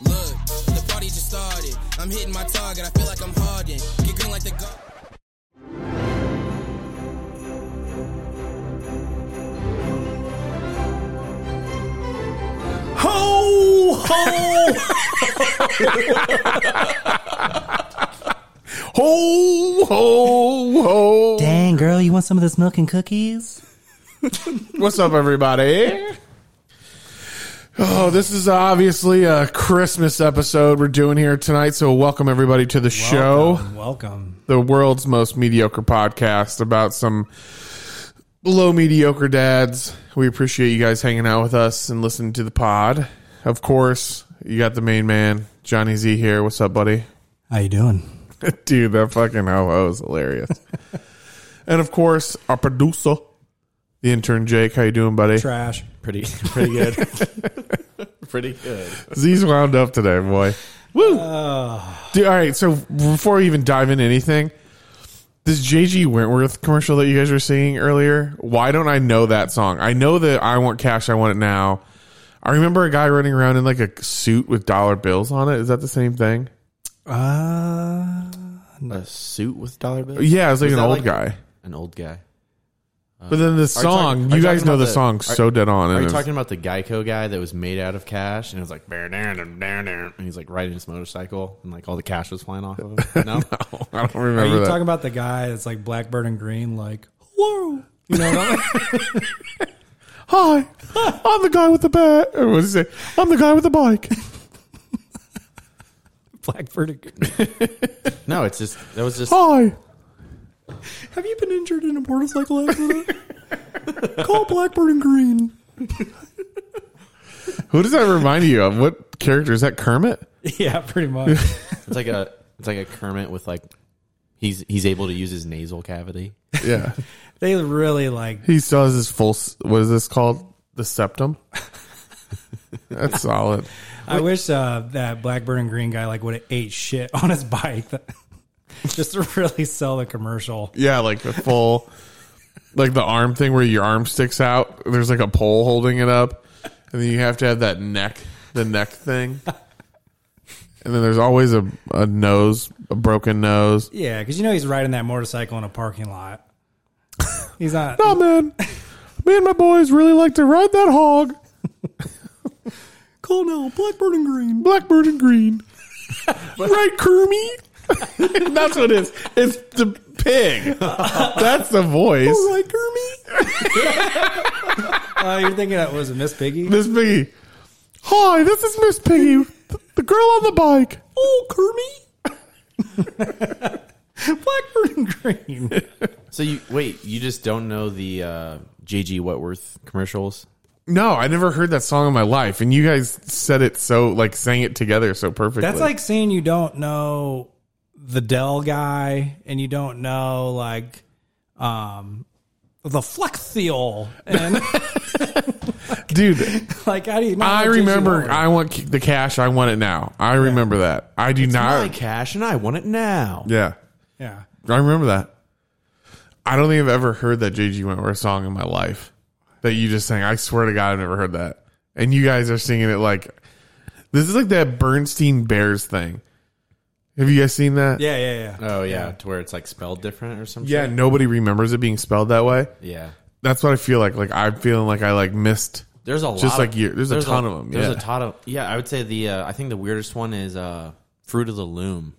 Look, the party just started. I'm hitting my target. I feel like I'm Harden. Get green like the go. Ho ho ho ho ho. Dang, girl, you want some of this milk and cookies? What's up, everybody? Oh, this is obviously a Christmas episode we're doing here tonight. So, welcome everybody to the show, Oh. Welcome, welcome. the world's most mediocre podcast about some below mediocre dads. We appreciate you guys hanging out with us and listening to the pod. Of course, you got the main man, Johnny Z here. What's up, buddy? How you doing? Dude, that fucking ho was hilarious. and of course, our producer, the intern Jake. How you doing, buddy? Trash. Pretty, pretty good. pretty good. Z's wound up today, boy. Woo! Ah. Dude, all right, so before we even dive into anything, this JG Wentworth commercial that you guys were seeing earlier, why don't I know that song? I know that I Want Cash, I Want It Now. I remember a guy running around in like a suit with dollar bills on it. Is that the same thing? Uh, A suit with dollar bills. Yeah, it's like Was an that old like- guy. An old guy. But then the Are you talking- song, are you, guys talking know about the, song are- so dead on. Are and you it's- talking about the Geico guy that was made out of cash and it was like "Bear down, down, down, down," and he's like riding his motorcycle and like all the cash was flying off of him? No, I don't are remember you that. talking about the guy that's like Blackbird and Green, like, hello? You know what I mean? Hi, I'm the guy with the bat. Or what does he say? I'm the guy with the bike. Blackbird and Green. no, it's just that was just Hi. Have you been injured in a motorcycle accident? Call Blackbird and Green. Who does that remind you of? What character is that? Kermit. Yeah, pretty much. it's like a it's like a Kermit with like he's he's able to use his nasal cavity. Yeah, They really like he still has his full. s- What is this called? The septum. That's solid. I wish uh, that Blackbird and Green guy like would have ate shit on his bike, just to really sell the commercial. Yeah, like the full, like the arm thing where your arm sticks out. There's like a pole holding it up, and then you have to have that neck, the neck thing. And then there's always a, a nose, a broken nose. Yeah, because you know he's riding that motorcycle in a parking lot. He's not. Oh man, me and my boys really like to ride that hog. Call now, Blackbird and Green. Blackbird and green, right, Kermit? That's what it is. It's the pig. That's the voice. Right, Kermit. uh, you're thinking that was it Miss Piggy? Miss Piggy. Hi, this is Miss Piggy, th- the girl on the bike. Oh, Kermit. Blackbird and Green. So you wait, you just don't know the uh, JG Wetworth commercials? No, I never heard that song in my life, and you guys said it so like sang it together so perfectly. That's like saying you don't know the Dell guy and you don't know like um the Flex Seal and dude. like how do you? not I know Jay-Z remember. Waller? I want c- the cash. I want it now. I remember that. I do not. My cash and I want it now. yeah, yeah, I remember that. I don't think I've ever heard that JG Wentworth song in my life that you just sang. I swear to God, I've never heard that. And you guys are singing it like this is like that Bernstein Bears thing. Have you guys seen that? yeah, yeah, Uh, yeah. Oh yeah, to where it's like spelled different or something. Yeah. Nobody remembers it being spelled that way. yeah. That's what I feel like. Like I'm feeling like I like missed. There's a lot. Just like of, you- there's a ton of 'em, There's yeah. a ton of yeah. I would say the uh, I think the weirdest one is uh, Fruit of the Loom.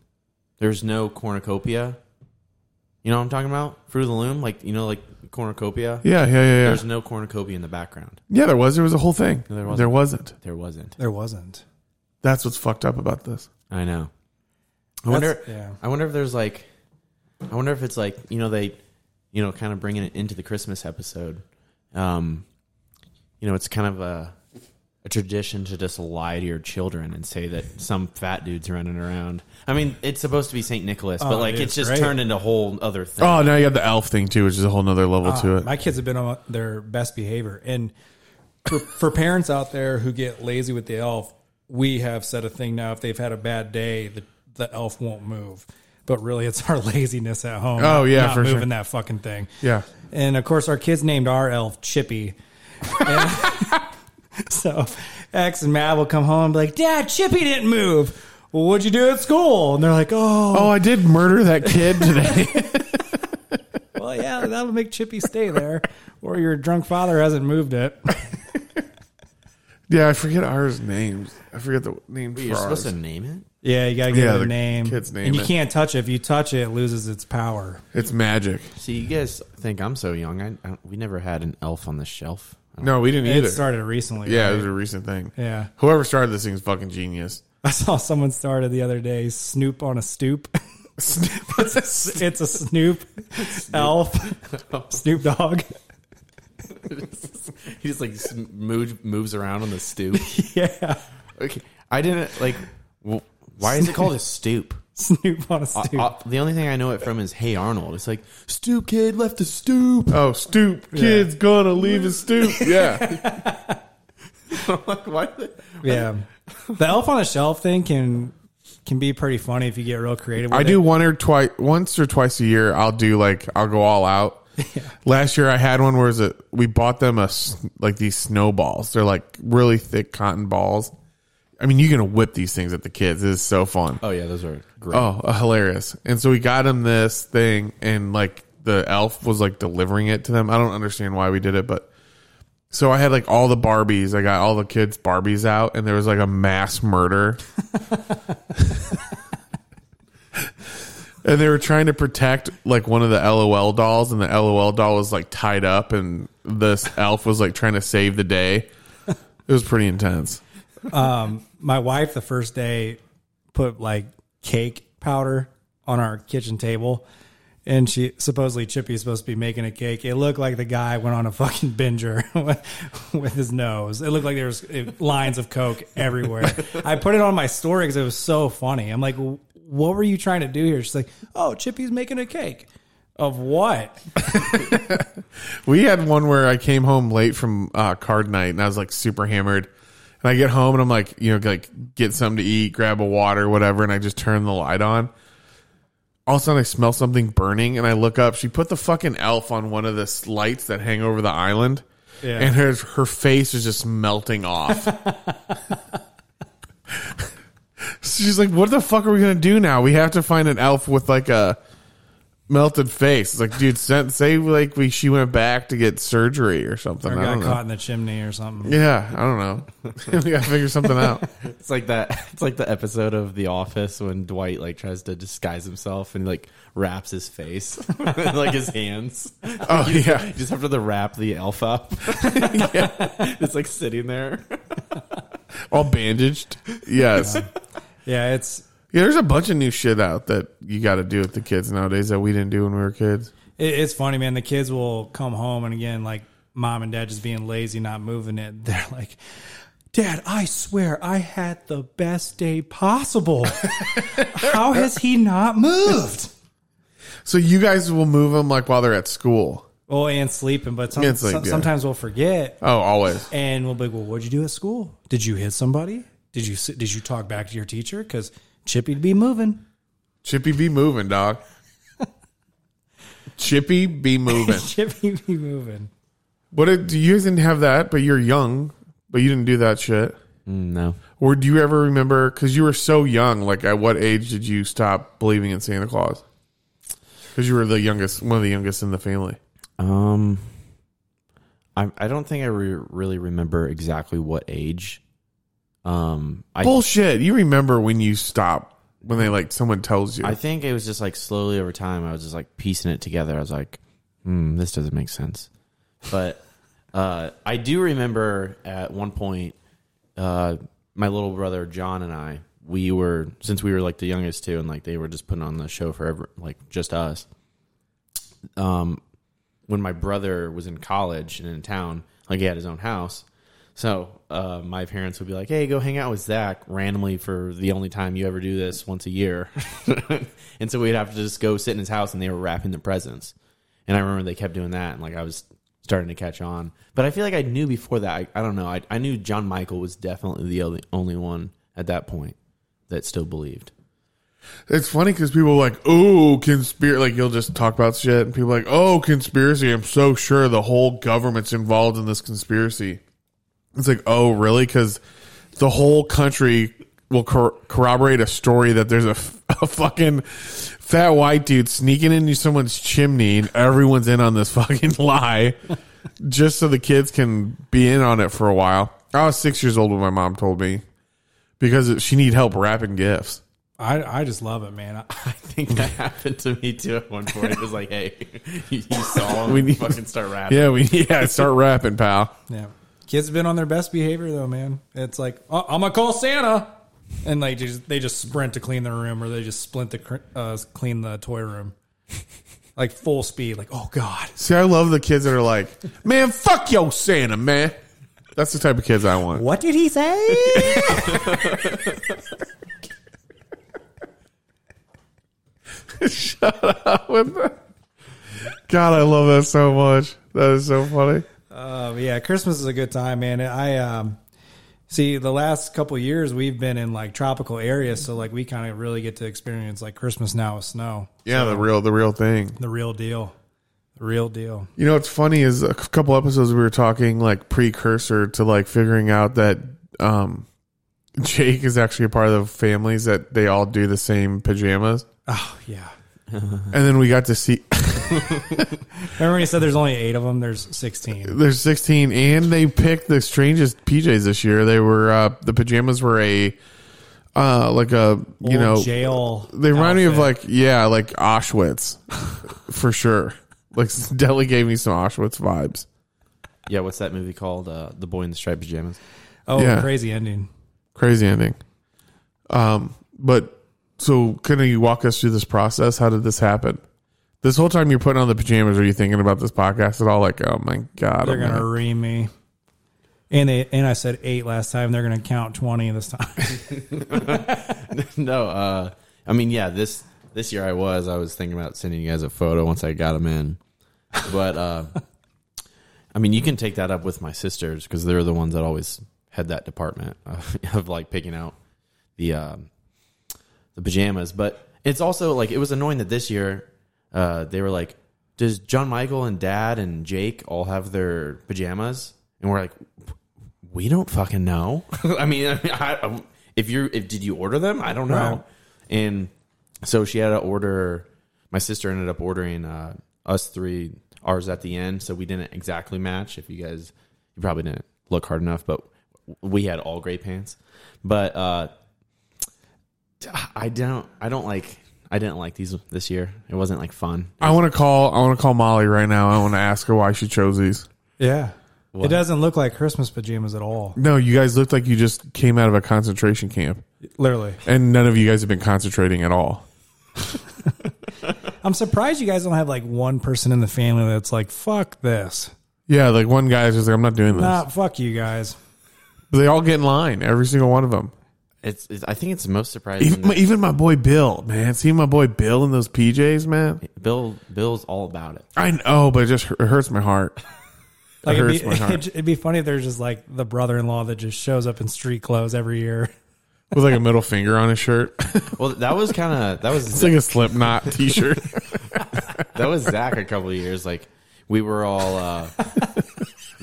There's no cornucopia. You know what I'm talking about? Fruit of the Loom, like you know, like cornucopia. Yeah, yeah, yeah, yeah. There's no cornucopia in the background. Yeah, there was. There was a whole thing. there wasn't. There wasn't. There wasn't. There wasn't. That's what's fucked up about this. I know. I wonder. yeah. I wonder if there's like. I wonder if it's like you know they, you know, kind of bringing it into the Christmas episode. Um, you know, it's kind of a a tradition to just lie to your children and say that some fat dude's running around. I mean, it's supposed to be Saint Nicholas, but Oh, like dude, it's just great. turned into a whole other thing. Oh, now you got the elf thing too, which is a whole nother level to it. Ah, My kids have been on their best behavior, and for, for parents out there who get lazy with the elf, we have said a thing now. If they've had a bad day, the, the elf won't move. But really, it's our laziness at home. Oh, yeah, not for sure. moving that fucking thing. yeah. And of course, our kids named our elf Chippy. And- so X and Matt will come home and be like, Dad, Chippy didn't move. Well, what'd you do at school? And they're like, oh, Oh, I did murder that kid today. Oh." well, yeah, that'll make Chippy stay there. or your drunk father hasn't moved it. yeah, I forget ours names. I forget the name for You're ours. supposed to name it. Yeah, you gotta give Yeah, it the a name. kid's name And you it. can't touch it. If you touch it, it loses its power. It's magic. See, you guys think I'm so young. I, I we never had an elf on the shelf. I No, we didn't It either. started recently. yeah, right? it was a recent thing. Yeah. Whoever started this thing is fucking genius. I saw someone started the other day Snoop on a stoop. it's, a, it's a Snoop, elf, Oh. Snoop Dogg. don't- He just like s- move, moves around on the stoop. Yeah, okay, I didn't like. w why is it called a stoop? Snoop on a Uh, I- stoop. I- the only thing I know it from is Hey Arnold. It's like stoop kid left the stoop. Oh, stoop. Kid's gonna leave his stoop. Yeah. I'm like, why? the- yeah, the elf on a shelf thing can can be pretty funny if you get real creative. With I it. do one or twice, once or twice a year. I'll do like I'll go all out. Last year I had one where it was a, we bought them a s- like these snowballs. They're like really thick cotton balls. I mean, you're gonna whip these things at the kids. It is so fun. Oh yeah, those are great. Oh, uh, hilarious! And so we got him this thing, and like the elf was like delivering it to them. I don't understand why we did it, but so I had like all the Barbies. I got all the kids Barbies out, and there was like a mass murder. and they were trying to protect like one of the LOL dolls, and the LOL doll was like tied up, and this elf was like trying to save the day. It was pretty intense. my wife the first day put like cake powder on our kitchen table and she supposedly chippy's supposed to be making a cake it looked like the guy went on a fucking binger with his nose it looked like there was eh, lines of coke everywhere i put it on my story because it was so funny i'm like what were you trying to do here she's like oh chippy's making a cake of what We had one where I came home late from uh, card night and I was like super hammered. And I get home and I'm like, you know, like get something to eat, grab a water, whatever. And I just turn the light on. All of a sudden, I smell something burning and I look up. She put the fucking elf on one of the s- lights that hang over the island. Yeah. And her, her face is just melting off. She's like, what the fuck are we going to do now? We have to find an elf with like a melted face. It's like, dude, sent, say like we she went back to get surgery or something. or I got don't caught know. in the chimney or something Yeah, I don't know. we gotta figure something out. It's like that. It's like the episode of The Office when Dwight like tries to disguise himself and like wraps his face, like his hands. Oh yeah, You just have to wrap the elf up. It's like sitting there. all bandaged. Yes. Yeah, yeah it's there's a bunch of new shit out that you got to do with the kids nowadays that we didn't do when we were kids. It, it's funny, man. The kids will come home and again, like mom and dad just being lazy, not moving it. They're like, Dad, I swear I had the best day possible. How has he not moved? So you guys will move them like while they're at school. Oh, and sleeping, but some, And sleep, some- yeah. sometimes we'll forget Oh, always. and we'll be like, Well, what'd you do at school? Did you hit somebody? Did you sit- did you talk back to your teacher? Because Chippy'd be moving. Chippy be moving, dog. Chippy be moving. Chippy'd be moving. What did, do you guys didn't have that? But you're young, but you didn't do that shit. Mm, No, Or do you ever remember? Because you were so young. Like, at what age did you stop believing in Santa Claus? Because you were the youngest, one of the youngest in the family. um, I I don't think I re- really remember exactly what age. Um, I Bullshit! You remember when you stop? When they like someone tells you? I think it was just like slowly over time. I was just like piecing it together. I was like, hmm, this doesn't make sense. But uh, I do remember at one point, uh, my little brother John and I, we were since we were like the youngest two, and like they were just putting on the show for every, like just us. Um, when my brother was in college and in town, like he had his own house. So uh, my parents would be like, "Hey, go hang out with Zach randomly for the only time you ever do this once a year," and so we'd have to just go sit in his house, and they were wrapping the presents. And I remember they kept doing that, and like I was starting to catch on. But I feel like I knew before that. I, I don't know. I, I knew John Michael was definitely the only, only one at that point that still believed. it's funny because people are like, oh, conspiracy. Like you'll just talk about shit, and people are like, oh, conspiracy. I'm so sure the whole government's involved in this conspiracy. It's like, oh, really? Because the whole country will cor- corroborate a story that there's a, f- a fucking fat white dude sneaking into someone's chimney, and everyone's in on this fucking lie, just so the kids can be in on it for a while. I was six years old when my mom told me because it- she needed help wrapping gifts. I, I just love it, man. I, I think that happened to me too at one point. It was like, hey, you, you saw him We we need- fucking start rapping. Yeah, we yeah start rapping, pal. yeah. Kids have been on their best behavior though, man. It's like oh, I'm gonna call Santa, and like just, they just sprint to clean their room, or they just splint to cr- uh, clean the toy room, like full speed. Like oh god, See, I love the kids that are like, man, fuck yo Santa, man. That's the type of kids I want. what did he say? God, I love that so much. That is so funny. Uh, but yeah, Christmas is a good time, man. I um, see the last couple of years we've been in like tropical areas, so like we kind of really get to experience like Christmas now with snow, Yeah, the real the real thing. the real deal, the real deal. You know what's funny is a couple episodes we were talking like precursor to like figuring out that um Jake is actually a part of the families that they all do the same pajamas. Oh yeah. And then we got to see Remember when you said there's only eight of them? There's sixteen. there's 16 and they picked the strangest PJs this year. They were uh the pajamas were a uh like a you Old know jail. They remind me of outfit. like yeah, like Auschwitz for sure. Like Deli gave me some Auschwitz vibes. Yeah, what's that movie called? Uh, the Boy in the Striped Pajamas. oh yeah. crazy ending. Crazy ending. Um, but so can you walk us through this process? How did this happen? This whole time you're putting on the pajamas, are you thinking about this podcast at all? Like, oh my god, They're oh gonna man. ream me. And they and I said eight last time. They're gonna count twenty this time. no, uh, I mean, yeah, this this year I was I was thinking about sending you guys a photo once I got them in, but uh, I mean, you can take that up with my sisters because they're the ones that always had that department of, of like picking out the um the pajamas. But it's also like it was annoying that this year uh, they were like, "Does John Michael and Dad and Jake all have their pajamas?" And we're like, "We don't fucking know." I mean, I, mean, I, if you're if did you order them? I don't know. Right. And so she had to order. My sister ended up ordering uh, us three ours at the end, so we didn't exactly match. If you guys, you probably didn't look hard enough, but we had all gray pants. But uh, I don't. I don't like. I didn't like these this year. It wasn't like fun. I want to call. I want to call Molly right now. I want to ask her why she chose these. yeah. It doesn't look like Christmas pajamas at all. No, you guys looked like you just came out of a concentration camp, Literally. and none of you guys have been concentrating at all. I'm surprised you guys don't have like one person in the family that's like, fuck this. Yeah, like one guy's just like, I'm not doing this. Nah, fuck you guys. They all get in line, every single one of them. It's. it's I think it's most surprising. Even my, that even my boy Bill, man. See my boy Bill in those PJs, man. Bill. Bill's all about it. I know, but it just it hurts my heart. Like It it'd be, hurts my heart. it'd, it'd be funny if there's just like the brother in law that just shows up in street clothes every year. With like a middle finger on his shirt. It's Well, that was kind of that was like a Slipknot t-shirt. that was Zach a couple of years. Like we were all, uh,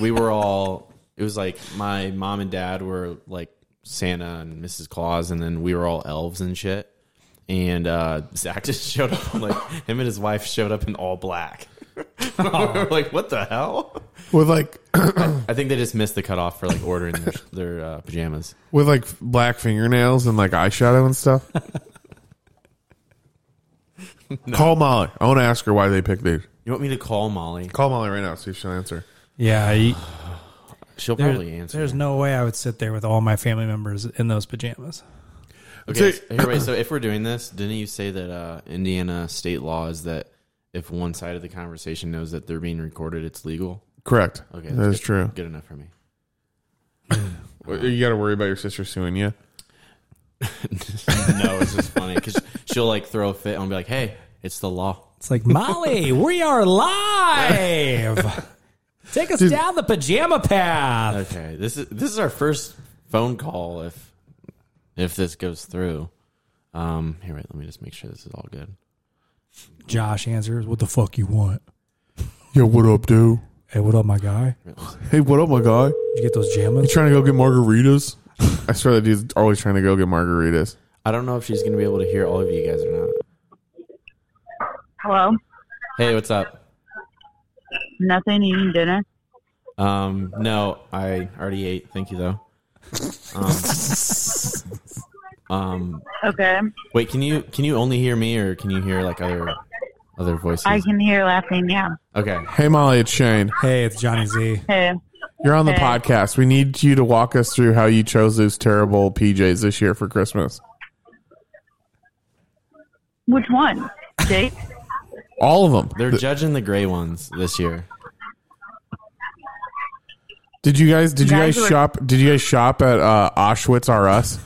we were all. It was like my mom and dad were like Santa and Mrs. Claus, and then we were all elves and shit. And uh, Zach just showed up. Like him and his wife showed up in all black. we were like, what the hell? with like I think they just missed the cutoff for like ordering their, their uh, pajamas. with like black fingernails and like eyeshadow and stuff. Call Molly. I want to ask her why they picked these. You want me to call Molly? Call Molly right now, see if she'll answer. Yeah. She'll there- probably answer. There's no way I would sit there with all my family members in those pajamas. So- Okay, so, here, wait, so if we're doing this, didn't you say that uh, Indiana state law is that if one side of the conversation knows that they're being recorded, it's legal? Correct. Okay, Okay, that is good- true. Good enough for me. You got to worry about your sister suing you. no, it's just funny because she'll like throw a fit and be like, "Hey, it's the law." It's like, Molly, we are live. Take us down the pajama path. Okay, this is this is our first phone call. If if this goes through, um, here, wait, let me just make sure this is all good. Josh answers, What the fuck you want? Yo, what up, dude? Hey, what up, my guy? Did Hey, what up, my guy? you get those You jammies? trying to go get margaritas? I swear that dude's always trying to go get margaritas. I don't know if she's gonna be able to hear all of you guys or not. Hello? Hey, what's up? Nothing eating dinner? Um, no, I already ate. Thank you though. Um, um, Okay. wait, can you can you only hear me or can you hear like other other voices? I can hear laughing, yeah. okay. Hey, Molly, it's Shane. Hey, it's Johnny Z. Hey. You're on the Hey. podcast. We need you to walk us through how you chose those terrible PJs this year for Christmas. Which one? Jake? All of them. They're Th- judging the gray ones this year. did you guys? Did you Guys guys were- shop? Did you guys shop at uh, Auschwitz R Us?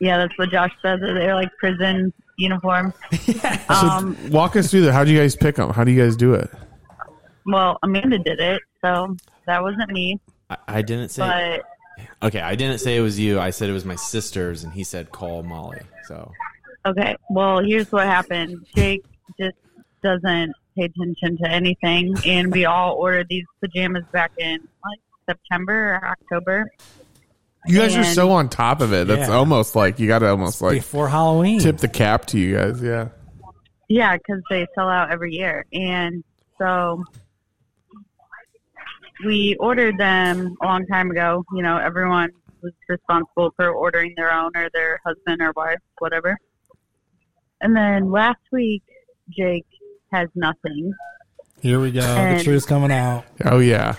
Yeah, that's what Josh says. that They're like prison uniforms. Um, Walk us through that. How do you guys pick them? How do you guys do it? well, Amanda did it, so that wasn't me. I, I didn't say But okay. I didn't say it was you. I said it was my sister's, and he said call Molly. So okay, well, here's what happened. Jake just doesn't pay attention to anything, and we all ordered these pajamas back in like September or October. You guys are And- so on top of it. That's Yeah. almost like you got to almost like Before Halloween. tip the cap to you guys. Yeah. Yeah, because they sell out every year, and so we ordered them a long time ago. You know, everyone was responsible for ordering their own or their husband or wife, whatever. And then last week, Jake has nothing, Here we go. the And- truth's coming out. Oh yeah.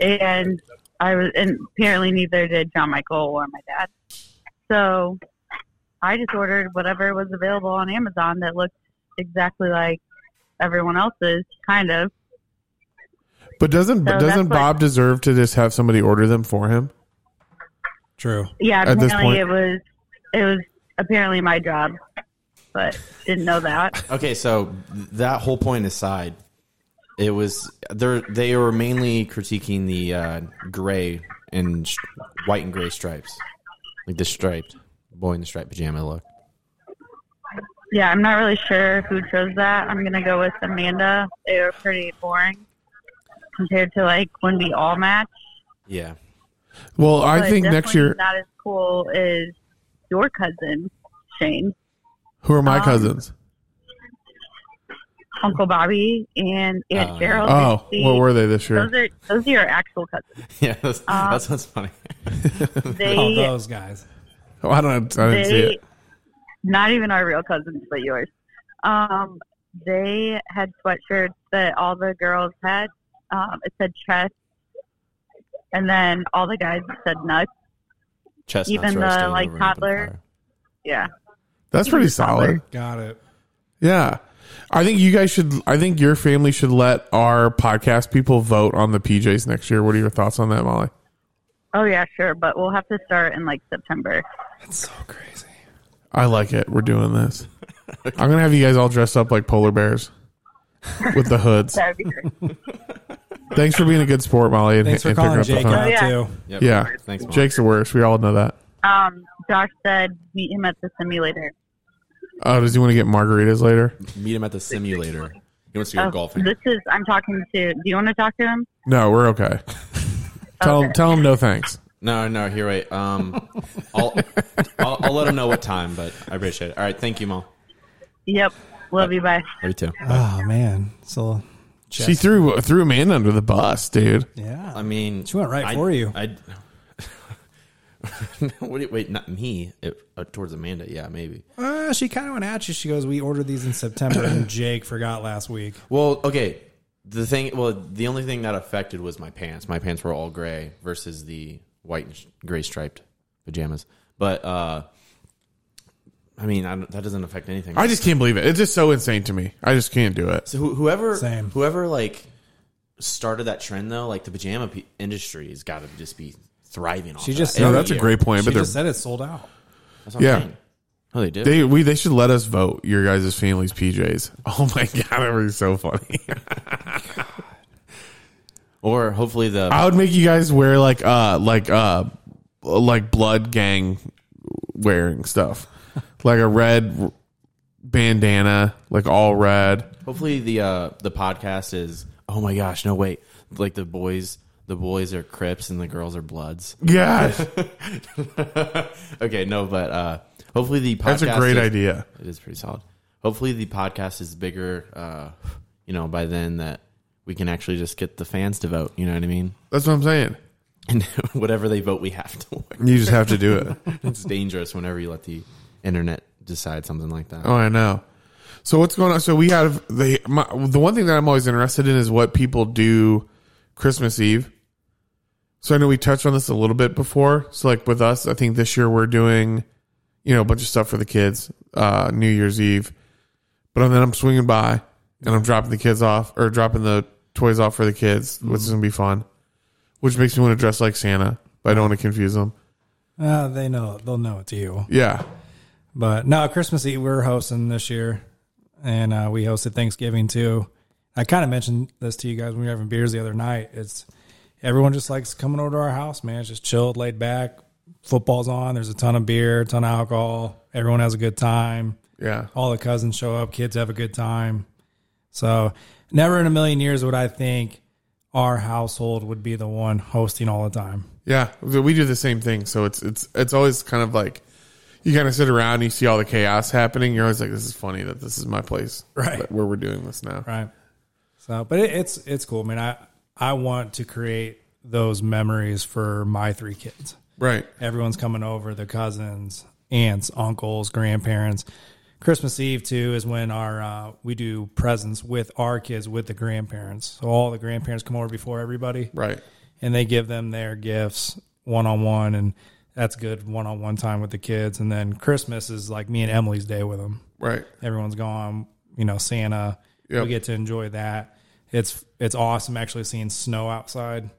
and I was, and apparently neither did John Michael or my dad. So I just ordered whatever was available on Amazon that looked exactly like everyone else's, kind of. But doesn't but that's doesn't what- Bob deserve to just have somebody order them for him? True. Yeah, at this point? apparently it was it was apparently my job, but didn't know that. okay, so th- that whole point aside, it was they they were mainly critiquing the uh, gray and sh- white and gray stripes, like the striped boy in the striped pajama look. Yeah, I'm not really sure who chose that. I'm gonna go with Amanda. They were pretty boring compared to like when we all match. Yeah, Well, I but think next definitely year. not as cool as your cousin Shane, who are my um, cousins? Uncle Bobby, and Aunt Oh, Gerald. Oh, what were they this year? Those are those are your actual cousins. yeah, that's, Um, that sounds funny. They Oh, those guys. Oh, I don't. I didn't see they it. not even our real cousins but yours um, they had sweatshirts that all the girls had um, it said chest and then all the guys said nuts Chestnuts Even roasting the, like, over an open toddler- fire. yeah That's pretty solid. Got it. Yeah. I think you guys should. I think your family should let our podcast people vote on the PJs next year. What are your thoughts on that, Molly? oh yeah sure but we'll have to start in like september That's so crazy. I like it. We're doing this. I'm gonna have you guys all dressed up like polar bears with the hoods. that would be great Thanks for being a good sport, Molly, and, Thanks for and picking calling up the Jake phone. out, Oh, Yeah. too. Yep. Yeah, Thanks, Mom. Jake's the worst. We all know that. um, josh said meet him at the simulator Oh, does he want to get margaritas later? Meet him at the simulator. He wants to go Oh, golfing. this is i'm talking to do you want to talk to him No, we're okay. tell him, tell him no thanks. No, no, here, wait. Um, I'll, I'll I'll let him know what time, but I appreciate it. All right, thank you, Mom. yep love you bye Love you too. Oh, man. So, She threw threw a man under the bus, dude. yeah. I mean, She went right I- for you. I. what do you- wait, not me. It, uh, towards Amanda, yeah, maybe. Uh, she kind of went at you. She goes, "We ordered these in September, and Jake forgot last week." Well, okay. The thing, well, the only thing that affected was my pants. My pants were all gray versus the white and sh- gray striped pajamas. But uh, I mean, I don't, that doesn't affect anything. I just can't believe it. It's just so insane to me. I just can't do it. So who, whoever, Same. whoever like started that trend though, like the pajama pe- industry has got to just be thriving. Off She of just that said- No, every that's a year. great point. She But they're just said it sold out. That's what I'm Yeah. saying. Oh, they do. They we they should let us vote your guys' families PJs. Oh my god, that would be so funny. or hopefully the I would make you guys wear like uh like uh like blood gang wearing stuff, like a red bandana, like all red. Hopefully the uh the podcast is oh my gosh, no wait. Like the boys the boys are Crips and the girls are Bloods. Yes, okay, no, but uh hopefully the podcast that's a great is- idea. It is pretty solid. Hopefully the podcast is bigger uh you know, by then that we can actually just get the fans to vote, you know what I mean? That's what I'm saying. And whatever they vote we have to wear. You just have to do it. It's dangerous whenever you let the internet decide something like that. Oh, I know. So what's going on? So we have the my, the one thing that I'm always interested in is what people do Christmas Eve. So I know we touched on this a little bit before. So like with us, I think this year we're doing, you know, a bunch of stuff for the kids, uh, New Year's Eve. But then I'm swinging by and I'm dropping the kids off or dropping the toys off for the kids, which is gonna be fun. Which makes me want to dress like Santa, but I don't want to confuse them. Uh, they know they'll know it's you. Yeah, But no, Christmas Eve we're hosting this year, and uh, we hosted Thanksgiving too. I kind of mentioned this to you guys when we were having beers the other night. It's everyone just likes coming over to our house, man. It's just chilled, laid back. Football's on. There's a ton of beer, ton of alcohol. Everyone has a good time. yeah. all the cousins show up, kids have a good time. So, never in a million years would I think our household would be the one hosting all the time. Yeah, we do the same thing. So it's it's it's always kind of like you kind of sit around and you see all the chaos happening. You're always like, "This is funny that this is my place, Right. that- Where we're doing this now." Right. So, but it, it's it's cool, man. I I want to create those memories for my three kids. Right. Everyone's coming over, the cousins, aunts, uncles, grandparents. Christmas Eve too is when our uh, we do presents with our kids with the grandparents. So all the grandparents come over before everybody. Right. and they give them their gifts one on one, and that's good one on one time with the kids. And then Christmas is like me and Emily's day with them. Right. Everyone's gone, you know, Santa. Yep. We get to enjoy that. It's it's awesome actually seeing snow outside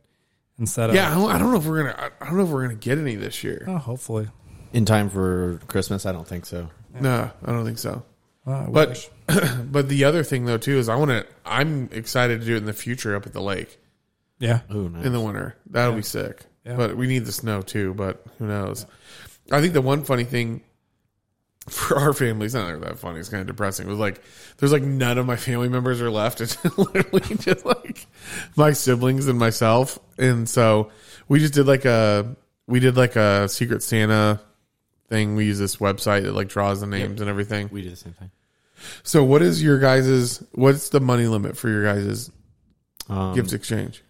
instead of Yeah. I don't, I don't know if we're gonna. I I don't know if we're gonna get any this year. Oh, hopefully. In time for Christmas, I don't think so. No, I don't think so. Oh, I But wish. but the other thing though too is I want to. I'm excited to do it in the future up at the lake yeah, Ooh, nice. in the winter. That'll be sick. Yeah. But we need the snow too. But who knows? I think the one funny thing for our family it's not that funny. It's kind of depressing. It was like there's like none of my family members are left. It's literally just like my siblings and myself. And so we just did like a we did like a Secret Santa thing. We use this website that like draws the names and everything. we do the same thing. So what is your guys's what's the money limit for your guys's Um, gift exchange?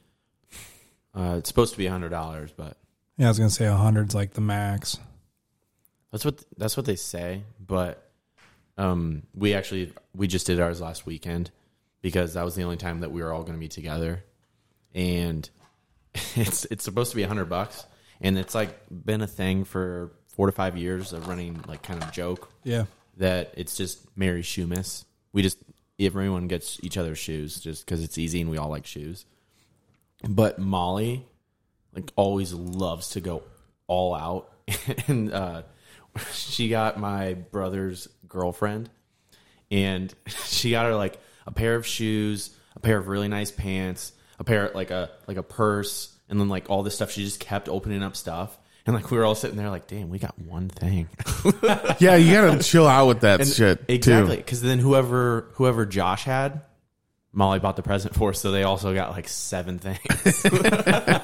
uh, it's supposed to be hundred dollars, but yeah. I was gonna say a hundred's like the max. that's what that's what they say. But um, we actually we just did ours last weekend because that was the only time that we were all going to be together, and it's it's supposed to be hundred bucks, and it's like been a thing for four to five years of running like kind of joke Yeah, that it's just Mary shoe miss. We just everyone gets each other's shoes just because it's easy and we all like shoes. But Molly, like, always loves to go all out, and uh, she got my brother's girlfriend, and she got her like a pair of shoes, a pair of really nice pants, a pair like a like a purse, and then like all this stuff. She just kept opening up stuff. And like we were all sitting there, like, damn, we got one thing. Yeah, you gotta chill out with that shit. Exactly, Too. because then whoever whoever Josh had, Molly bought the present for, so they also got like seven things.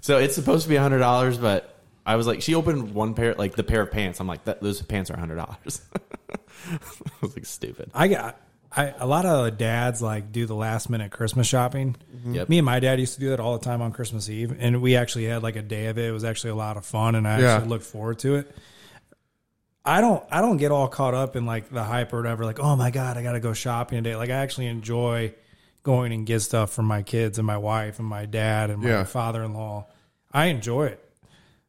so it's supposed to be hundred dollars, but I was like, she opened one pair, like the pair of pants. I'm like, that, those pants are hundred dollars. I was like, stupid. I got. I, a lot of dads like do the last minute Christmas shopping. Mm-hmm. Yep. Me and my dad used to do that all the time on Christmas Eve, and we actually had like a day of it. It was actually a lot of fun, and I Yeah. actually looked forward to it. I don't, I don't get all caught up in like the hype or whatever. Like, oh my god, I got to go shopping today. Like, I actually enjoy going and get stuff for my kids and my wife and my dad and my Yeah. father-in-law. I enjoy it.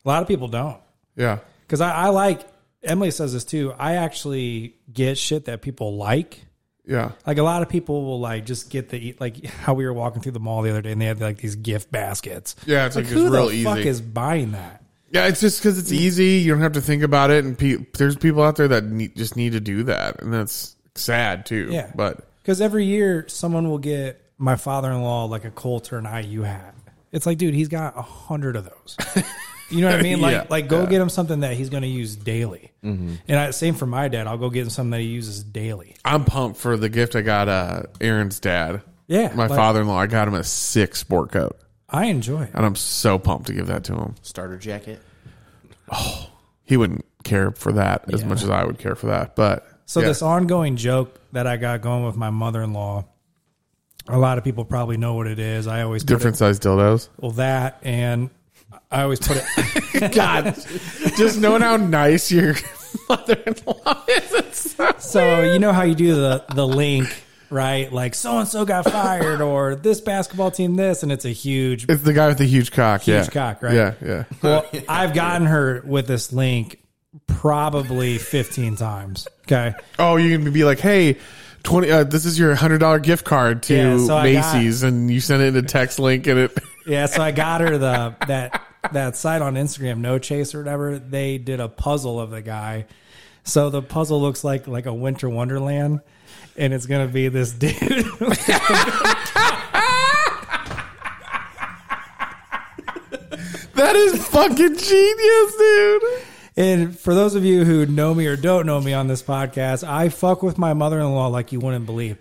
A lot of people don't Yeah. because I, I like. Emily says this too. I actually get shit that people like Yeah. like a lot of people will like just get the e, like how we were walking through the mall the other day and they had like these gift baskets. Yeah, it's like, who it's real the easy. fuck is buying that? yeah, it's just because it's easy. You don't have to think about it, and pe- there's people out there that need, just need to do that, and that's sad too. Yeah. but Because every year someone will get my father in law like a Coulter and IU hat. It's like, dude, he's got a hundred of those. You know what I mean? Like, Yeah, like go yeah. Mm-hmm. get him something that he's going to use daily. And I, same for my dad. I'll go get him something that he uses daily. I'm pumped for the gift I got uh, Aaron's dad. Yeah, My like- father in law. I got him a sick sport coat. I enjoy it. And I'm so pumped to give that to him. Starter jacket. He wouldn't care for that as much as I would care for that. But So yeah. this ongoing joke that I got going with my mother-in-law, a lot of people probably know what it is. I always put different size dildos. it, well that and I always put it. God, just knowing how nice your mother in law is. It's so- so you know how you do the the link, right? Like so and so got fired, or this basketball team this, and it's a huge It's the guy with the huge cock. Huge yeah. cock, right? Yeah, yeah. Well, I've gotten her with this link probably 15 times. Okay. Oh, you can be like, hey, twenty. Uh, this is your hundred dollar gift card to Yeah, so I got- Macy's, and you send it in a text link, and it. Yeah. So I got her the, that, that site on Instagram, No Chase or whatever. They did a puzzle of the guy. So the puzzle looks like, like a winter wonderland and it's going to be this dude. That is fucking genius, dude. and for those of you who know me or don't know me on this podcast, I fuck with my mother-in-law like you wouldn't believe.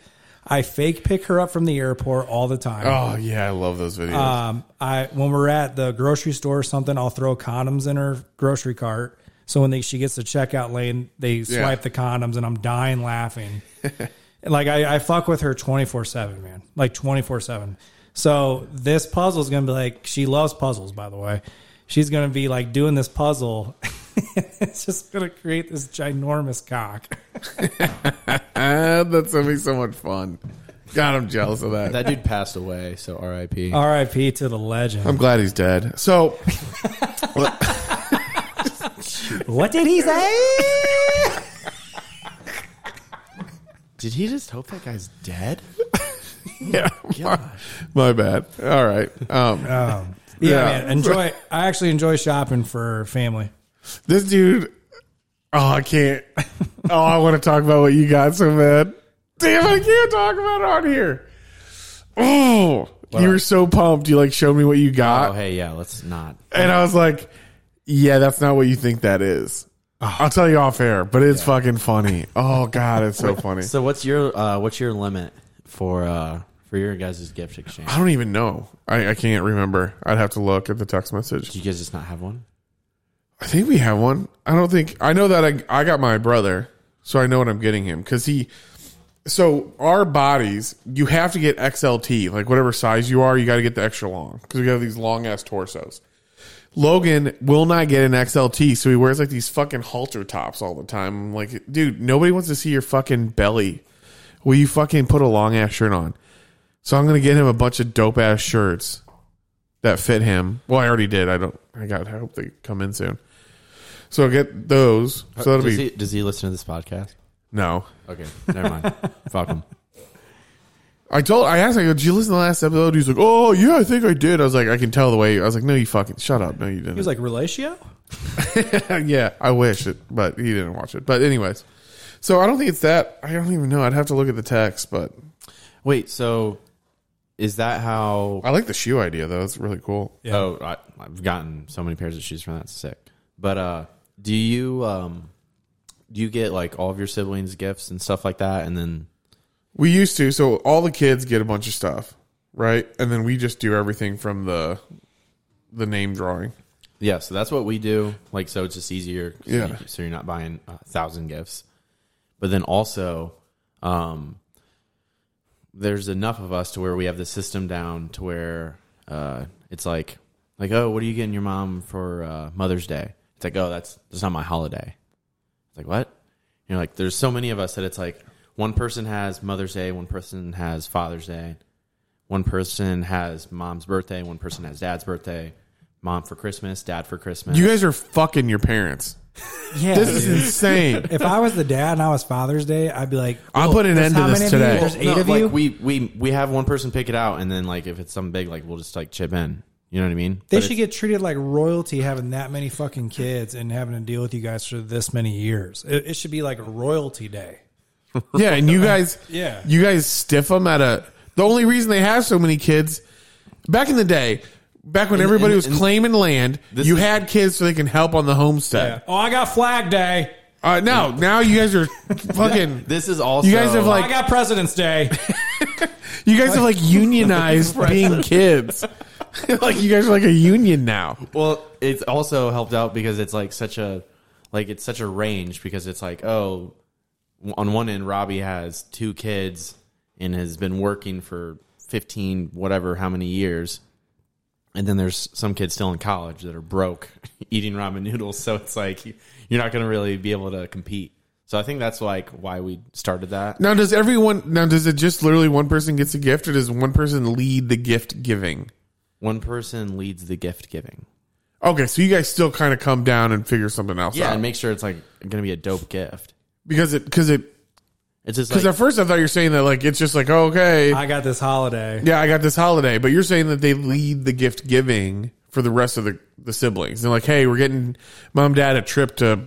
I fake pick her up from the airport all the time. Oh yeah, I love those videos. Um, I when we're at the grocery store or something, I'll throw condoms in her grocery cart. So when they, she gets to checkout lane, they swipe the condoms, and I'm dying laughing. And, like I, I fuck with her twenty four seven, man, like twenty four seven. So this puzzle is gonna be like she loves puzzles, by the way. She's gonna be like doing this puzzle. it's just gonna create this ginormous cock. Ah, that's gonna be so much fun. God, I'm jealous of that. That dude passed away, so R.I.P. R.I.P. to the legend. I'm glad he's dead. So what did he say? Did he just hope that guy's dead? yeah, my, my bad. All right. Um, Yeah, Yeah. man. Enjoy. I actually enjoy shopping for family. this dude. Oh, I can't. Oh, I want to talk about what you got so bad. Damn, I can't talk about it on here. Oh, you were so pumped. You like showed me what you got, Oh, hey, yeah, let's not. and I was like, "Yeah, that's not what you think that is." Oh. I'll tell you off air, but it's fucking funny. Oh god, it's so funny. So what's your uh, what's your limit for uh, for your guys' gift exchange? I don't even know. I, I can't remember. I'd have to look at the text message. Do you guys just not have one? I think we have one. I don't think I know that I I got my brother, so I know what I'm getting him because he. So our bodies, you have to get XLT, like whatever size you are, you got to get the extra long because we have these long ass torsos. Logan will not get an XLT, so he wears like these fucking halter tops all the time. I'm like, dude, nobody wants to see your fucking belly. Will you fucking put a long ass shirt on? So I'm gonna get him a bunch of dope ass shirts that fit him. Well, I already did. I don't. I got. I hope they come in soon. So I'll get those. So that'll Uh, be does, he, does he listen to this podcast? no. Okay, never mind. Fuck him. I told. I asked. I go. Did you listen to the last episode? He's like, Oh yeah, I think I did. I was like, I can tell the way. I was like, No, you fucking shut up. No, you didn't. He was like, Relatio? yeah, I wish it, but he didn't watch it. But anyways, so I don't think it's that. I don't even know. I'd have to look at the text, but Wait, so is that how? I like the shoe idea though. It's really cool. Oh, I, I've gotten so many pairs of shoes from that. It's sick. But uh, do you um, do you get like all of your siblings' gifts and stuff like that, and then We used to. So all the kids get a bunch of stuff, right? And then we just do everything from the the name drawing. Yeah, so that's what we do. Like, so it's just easier. so Yeah. you- so you're not buying a thousand gifts, but then also, um, there's enough of us to where we have the system down to where uh, it's like, like, oh, what are you getting your mom for uh, Mother's Day? It's like, oh, that's that's not my holiday. It's like what? You know, like there's so many of us that it's like one person has Mother's Day, one person has Father's Day, one person has mom's birthday, one person has dad's birthday, mom for Christmas, dad for Christmas. You guys are fucking your parents. Yeah. This is insane. if I was the dad and I was Father's Day, I'd be like, I'll put an there's end how to this many of you? today. There's eight No, of like you. we we we have one person pick it out, and then like if it's something big, like we'll just like chip in. You know what I mean? they But should it's- get treated like royalty having that many fucking kids and having to deal with you guys for this many years. It, it should be like royalty day. Yeah, and you guys, Yeah. you guys stiff them at a. The only reason they have so many kids, back in the day, back when And- everybody and- was and- claiming land, This you is- had kids so they can help on the Yeah. homestead. Oh, I got Flag Day. Uh, no, now you guys are fucking. This is also You guys have, like- I got President's Day. You guys have like unionized being kids. like you guys are like a union now. well, it's also helped out because it's like such a like it's such a range because it's like oh, on one end Robbie has two kids and has been working for fifteen whatever how many years, and then there's some kids still in college that are broke eating ramen noodles, so it's like you're not going to really be able to compete. So I think that's like why we started that. Now does everyone? Now does it just literally one person gets a gift, or does one person lead the gift giving? One person leads the gift giving. Okay, so you guys still kind of come down and figure something else Yeah, out and make sure it's like going to be a dope gift. because it because it It's just because like at first I thought you were saying that like it's just like oh, okay I got this holiday. yeah I got this holiday, but you're saying that they lead the gift giving for the rest of the the siblings and like hey we're getting mom dad a trip to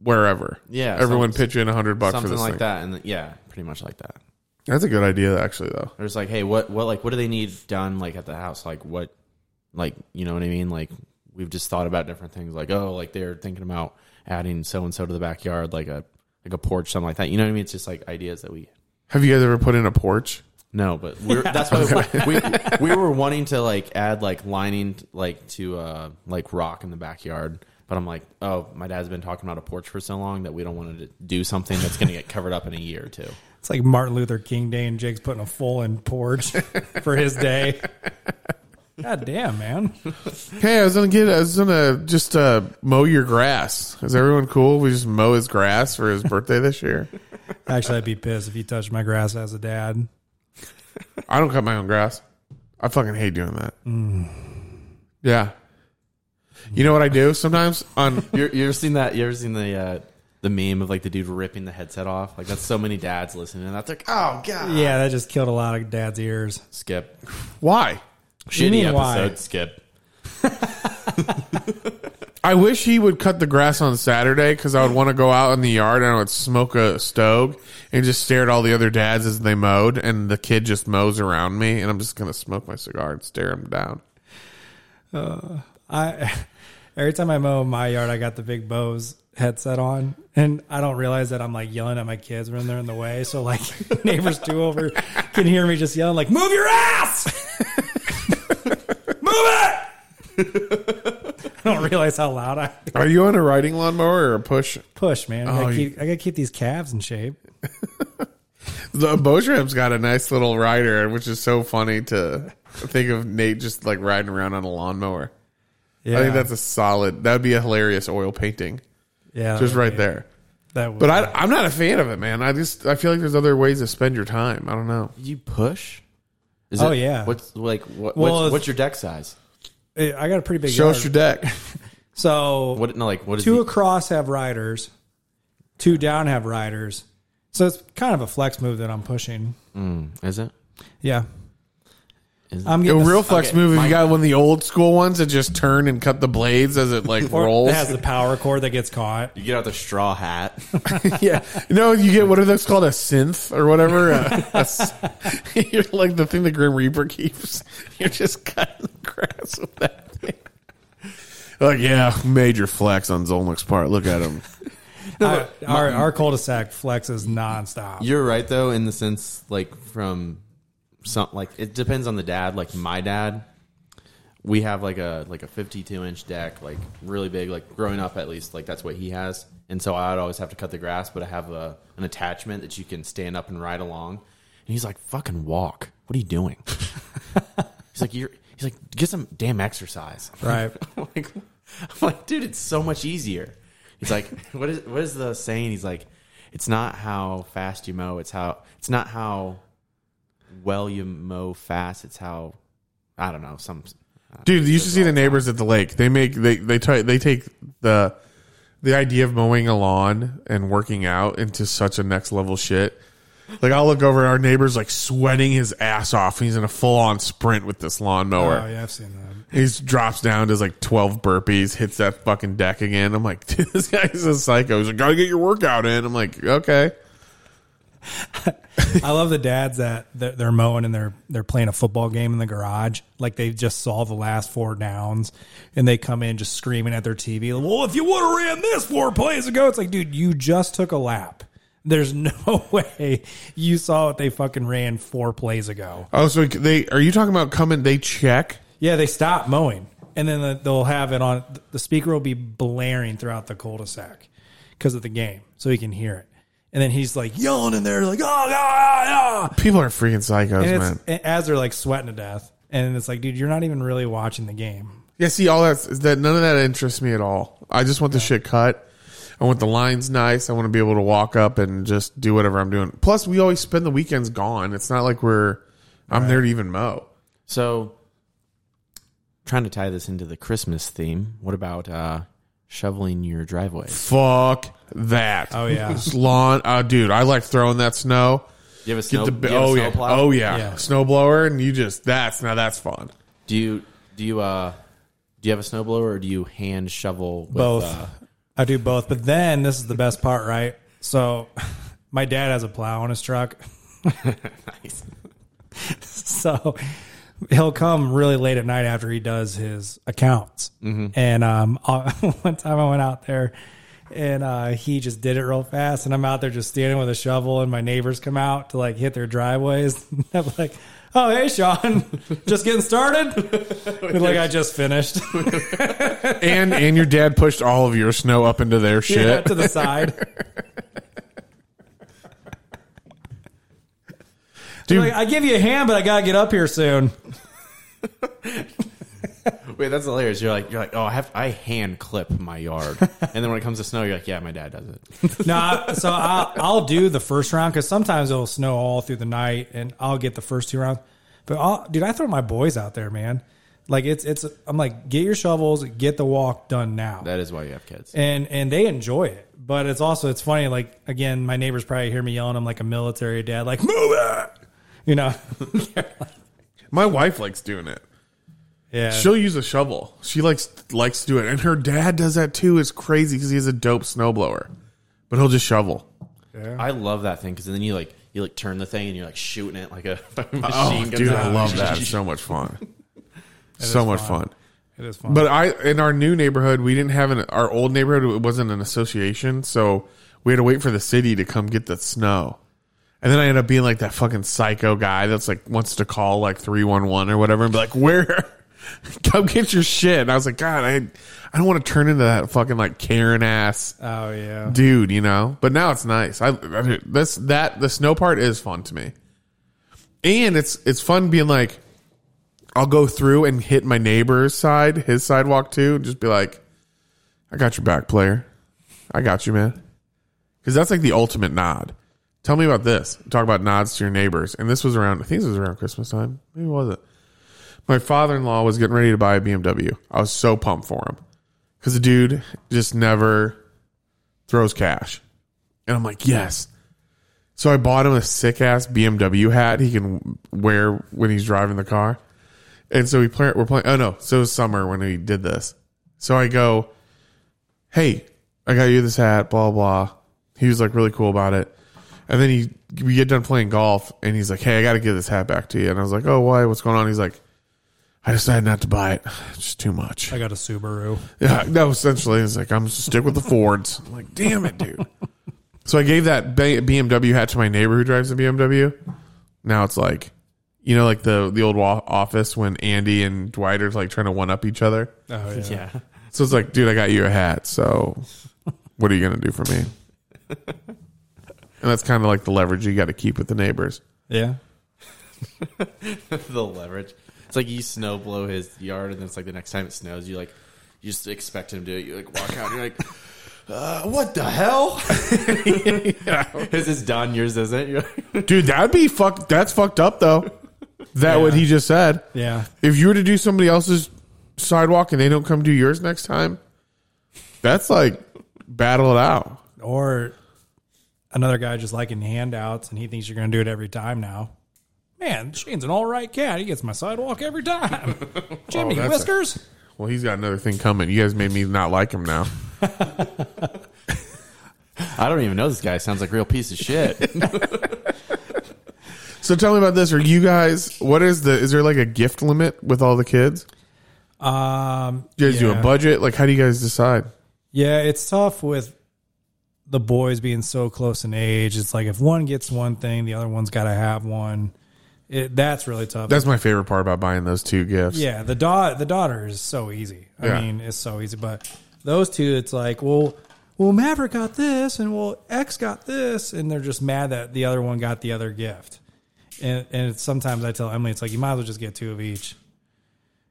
wherever Yeah, everyone something- pitch in a hundred bucks for something this like thing. that, and yeah, pretty much like that. That's a good idea actually though. Or it's like, hey, what, what, like, what do they need done, like, at the house? Like, what, like, you know what I mean? Like, we've just thought about different things. Like, oh, like they're thinking about adding so and so to the backyard, like a like a porch, something like that. You know what I mean? It's just like ideas that we Have you guys ever put in a porch? no, but we're, that's why we, we were wanting to like add like lining like to uh like rock in the backyard. But I'm like, oh, my dad's been talking about a porch for so long that we don't want to do something that's going to get covered up in a year or two. It's like Martin Luther King Day, and Jake's putting a full in porch for his day. God damn, man! Hey, I was gonna get. I was gonna just uh, mow your grass. Is everyone cool? We just mow his grass for his birthday this year. Actually, I'd be pissed if you touched my grass as a dad. I don't cut my own grass. I fucking hate doing that. Yeah. You know what I do sometimes on You're, you ever seen that? You ever seen the uh, the meme of like the dude ripping the headset off? Like that's so many dads listening. And that's like, oh god, Yeah, that just killed a lot of dad's ears. skip why? you shitty mean, episode, why? skip. I wish he would cut the grass on Saturday because I would want to go out in the yard and I would smoke a stove and just stare at all the other dads as they mowed, and the kid just mows around me, and I'm just gonna smoke my cigar and stare him down. I every time I mow my yard, I got the big Bose headset on, and I don't realize that I'm like yelling at my kids when they're in the way. So like neighbors two over can hear me just yelling like, "Move your ass, move it!" I don't realize how loud I Are you on a riding lawnmower or a push? push, man. I Oh, gotta, you- keep, I gotta keep these calves in shape. The Beauchamp's got a nice little rider, which is so funny to think of Nate just like riding around on a lawnmower. Yeah, I think that's a solid. That would be a hilarious oil painting, yeah, just right there. That would, But I, I'm not a fan of it, man. I just I feel like there's other ways to spend your time. I don't know. You push. Is Oh, yeah. What's like what, Well, what's, it's- what's your deck size? I, I got a pretty big Show yard. us your deck. so What no like what is two the- across have riders, two down have riders. So it's kind of a flex move that I'm pushing. is it? Yeah. Is it- I'm A getting real flex okay, move. If my- you got one of the old school ones that just turn and cut the blades as it like or rolls. It has the power cord that gets caught. You get out the straw hat. yeah. No, you get what are those called? A synth or whatever. A- a s- you're like the thing the Grim Reaper keeps. You're just cutting the grass with that thing. Like, yeah, major flex on Zolnik's part. Look at him. Our- our, our cul-de-sac flexes nonstop. You're right though, in the sense like from some like it depends on the dad. Like my dad, we have like a like a 52 inch deck, like really big. Like growing up, at least like that's what he has. And so I'd always have to cut the grass, but I have a an attachment that you can stand up and ride along. And he's like, "Fucking walk! What are you doing?" he's like, "You're." He's like, "Get some damn exercise." Right. I'm like, I'm like, dude, it's so much easier. He's like, what is what is the saying? He's like, it's not how fast you mow, it's how it's not how well you mow fast, it's how I don't know some. Dude, you should see the neighbors at the lake. They make they they try they take the the idea of mowing a lawn and working out into such a next level shit. Like I'll look over at our neighbor's like sweating his ass off. He's in a full on sprint with this lawnmower. Oh, yeah, I've seen that. He just drops down, does like 12 burpees, hits that fucking deck again. I'm like, dude, this guy's a psycho. He's like, gotta get your workout in. I'm like, okay. I love the dads that they're, they're mowing and they're they're playing a football game in the garage. Like they just saw the last four downs, and they come in just screaming at their TV. Like, well, if you would have ran this four plays ago, it's like, dude, you just took a lap. There's no way you saw what they fucking ran four plays ago. Oh, so they are you talking about coming? They check. Yeah, they stop mowing, and then the- they'll have it on. The speaker will be blaring throughout the cul-de-sac because of the game, so he can hear it. And then he's like yelling in there, like, "Oh, ah, ah, ah." People are freaking psychos, And man. it's, and as they're like sweating to death, and it's like, dude, you're not even really watching the game. Yeah, see, all that's is that none of that interests me at all. I just want the shit cut. I want the lines nice. I want to be able to walk up and just do whatever I'm doing. Plus, we always spend the weekends gone. It's not like we're I'm there to even mow. So, trying to tie this into the Christmas theme, what about uh, shoveling your driveway? Fuck that. Oh, yeah. Just lawn. Uh, dude, I like throwing that snow. You have a Get snow, the you have a oh yeah snowplow? oh yeah. Yeah. snowblower and you just that's now that's fun. Do you do you uh do you have a snowblower or do you hand shovel with, Both, Uh, I do both. But then this is the best part, right? So, my dad has a plow on his truck. so he'll come really late at night after he does his accounts. And um, I- one time I went out there and uh, he just did it real fast. And I'm out there just standing with a shovel, and my neighbors come out to like hit their driveways. I'm like, oh, hey, Sean, just getting started? And, like, I just finished And and your dad pushed all of your snow up into their shit. Yeah, to the side. Dude, Like, I give you a hand, but I got to get up here soon. wait, that's hilarious. You're like you're like oh I have I hand clip my yard, and then when it comes to snow, you're like yeah, my dad does it. No, I- so I'll, I'll do the first round because sometimes it'll snow all through the night, and I'll get the first two rounds. But I'll, dude, I throw my boys out there, man. Like it's it's. I'm like, get your shovels, get the walk done now, That is why you have kids. and and they enjoy it. But it's also it's funny. Like again, my neighbors probably hear me yelling. I'm like a military dad, like move it, you know. my wife likes doing it. yeah, She'll use a shovel. She likes likes to do it, and her dad does that too. It's crazy because he has a dope snowblower, but he'll just shovel. I love that thing because then you like you like turn the thing and you're like shooting it like a machine Oh, gun. dude, I love that. It's so much fun. so much fun. it is fun. But I in our new neighborhood, we didn't have an our old neighborhood. It wasn't an association, so we had to wait for the city to come get the snow. And then I ended up being like that fucking psycho guy that's like wants to call like three one one or whatever and be like, "Where? Come get your shit." And I was like, "God, I I don't want to turn into that fucking like Karen ass oh yeah, dude," you know. But now it's nice. I, I this that the snow part is fun to me, and it's it's fun being like, I'll go through and hit my neighbor's side, his sidewalk too, and just be like, "I got your back, player. I got you, man." Because that's like the ultimate nod. Tell me about this. Talk about nods to your neighbors, and this was around. I think this was around Christmas time. Maybe it wasn't. My father-in-law was getting ready to buy a BMW. I was so pumped for him because the dude just never throws cash. And I'm like, yes. So I bought him a sick ass BMW hat he can wear when he's driving the car. And so we play, we're playing. Oh no, so it was summer when we did this. So I go, hey, I got you this hat, blah blah. He was like really cool about it. And then he we get done playing golf, and he's like, hey, I got to give this hat back to you. And I was like, oh, why? What's going on? He's like, I decided not to buy it. It's just too much. I got a Subaru. Yeah, no, essentially, it's like I'm just stick with the Fords. I'm like, damn it, dude. so I gave that ba- BMW hat to my neighbor who drives a BMW. Now it's like, you know, like the the old wa- office when Andy and Dwight are like trying to one up each other. Oh yeah. Yeah, So it's like, dude, I got you a hat. So what are you gonna do for me? And that's kind of like the leverage you got to keep with the neighbors. yeah. the leverage. It's like you snow blow his yard, and then it's like the next time it snows, you like you just expect him to. You like walk out, and you're like, uh, what the hell? His is done, yours isn't. You're like, Dude, that'd be fuck. That's fucked up though. That what he just said. Yeah. if you were to do somebody else's sidewalk and they don't come do yours next time, that's like battle it out. or another guy just liking handouts and he thinks you're going to do it every time now. Man, Shane's an all right cat. He gets my sidewalk every time. Jimmy Oh, that's a- Whiskers. Well, he's got another thing coming. You guys made me not like him now. I don't even know this guy. Sounds like a real piece of shit. So tell me about this. Are you guys? What is the? Is there like a gift limit with all the kids? Um, Do you guys do yeah. a budget? Like, how do you guys decide? Yeah, it's tough with the boys being so close in age. It's like if one gets one thing, the other one's got to have one. It, that's really tough. That's my favorite part about buying those two gifts. yeah, the da- the daughter is so easy. I Yeah. mean, it's so easy. But those two, it's like, well, well, Maverick got this, and well, X got this, and they're just mad that the other one got the other gift. And and it's, sometimes I tell Emily, it's like you might as well just get two of each.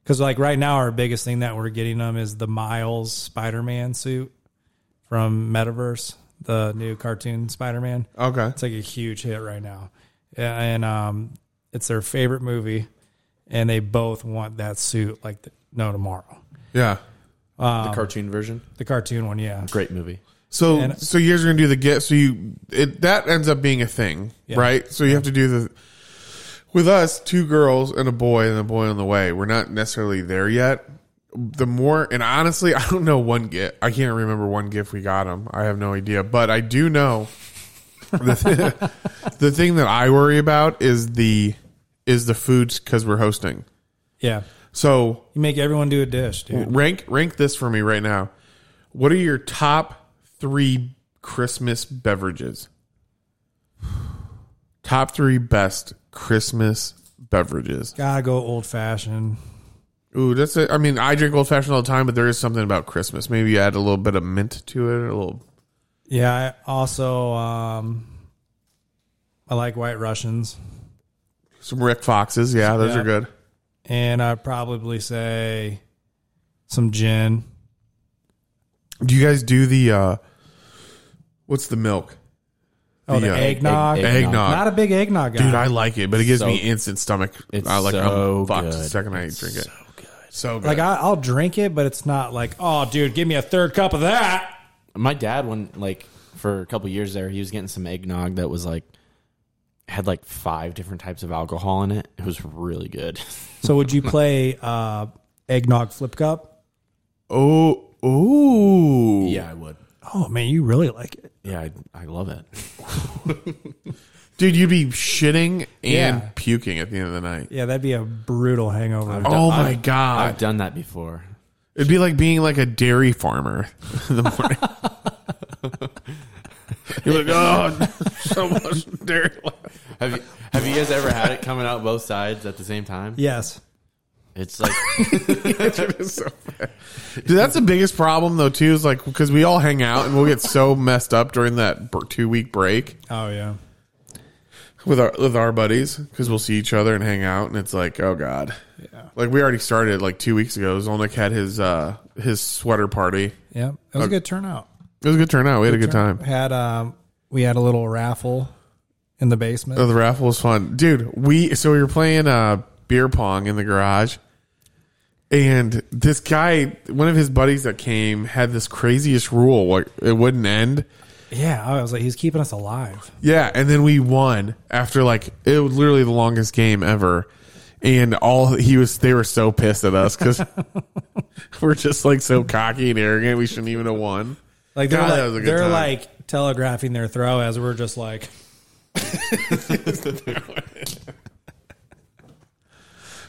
Because like right now, our biggest thing that we're getting them is the Miles Spider Man suit from Metaverse, the new cartoon Spider Man. Okay. It's like a huge hit right now, Yeah, and um, it's their favorite movie, and they both want that suit like the, no tomorrow, Yeah. Um, the cartoon version. the cartoon one, yeah, Great movie. So And- so you guys are gonna do the gift. So you it, that ends up being a thing, Yeah. right? So you have to do the. With us, two girls and a boy, and a boy on the way. We're not necessarily there yet. The more, and honestly, I don't know one gift. I can't remember one gift we got him. I have no idea, but I do know the, thi- the thing that I worry about is the is the foods because we're hosting. yeah. So You make everyone do a dish, dude. rank rank this for me right now. What are your top three Christmas beverages? Top three best Christmas beverages. Gotta go old fashioned. Ooh, that's it. I mean, I drink old fashioned all the time, but there is something about Christmas. Maybe you add a little bit of mint to it, a little. Yeah, I also um, I like White Russians, Some Rick Foxes, yeah, those Yeah. are good. and I'd probably say some gin. Do you guys do the uh what's the milk? Oh, the Yeah. eggnog. Egg- egg- Eggnog. Not a big eggnog guy. Dude, I like it, but it gives So- me instant stomach. It's I like so I'm fucked the good. second I drink it. So good. like I, I'll drink it, but it's not like, oh, dude, give me a third cup of that. My dad, when like for a couple years there, he was getting some eggnog that was like had like five different types of alcohol in it. It was really good. So would you play uh, eggnog flip cup? Oh, oh, I would. Oh man, you really like it. Yeah, I, I love it. dude, you'd be shitting and Yeah. puking at the end of the night. Yeah, that'd be a brutal hangover. Oh my I've- god, I've done that before. it'd be like being like a dairy farmer in the morning. You're like, oh, so much dairy. left." Have you Have you guys ever had it coming out both sides at the same time? Yes. It's like It is so bad. Dude, that's the biggest problem though too. Is like because we all hang out and we'll get so messed up during that two week break. Oh yeah. with our with our buddies because we'll see each other and hang out, and it's like, oh god, yeah. Like we already started like two weeks ago. Zolnik had his uh his sweater party. Yeah. It was a good turnout. It was a good turnout. We had a good time. Had um we had a little raffle in the basement. Oh, the raffle was fun, dude. We so we were playing uh beer pong in the garage, and this guy, one of his buddies that came, had this craziest rule. Like it wouldn't end. Yeah, I was like, he's keeping us alive. Yeah, and then we won after like it was literally the longest game ever, and all he was they were so pissed at us because we're just like so cocky and arrogant. We shouldn't even have won. Like they're God, that was a like good they're time. like telegraphing their throw as we're just like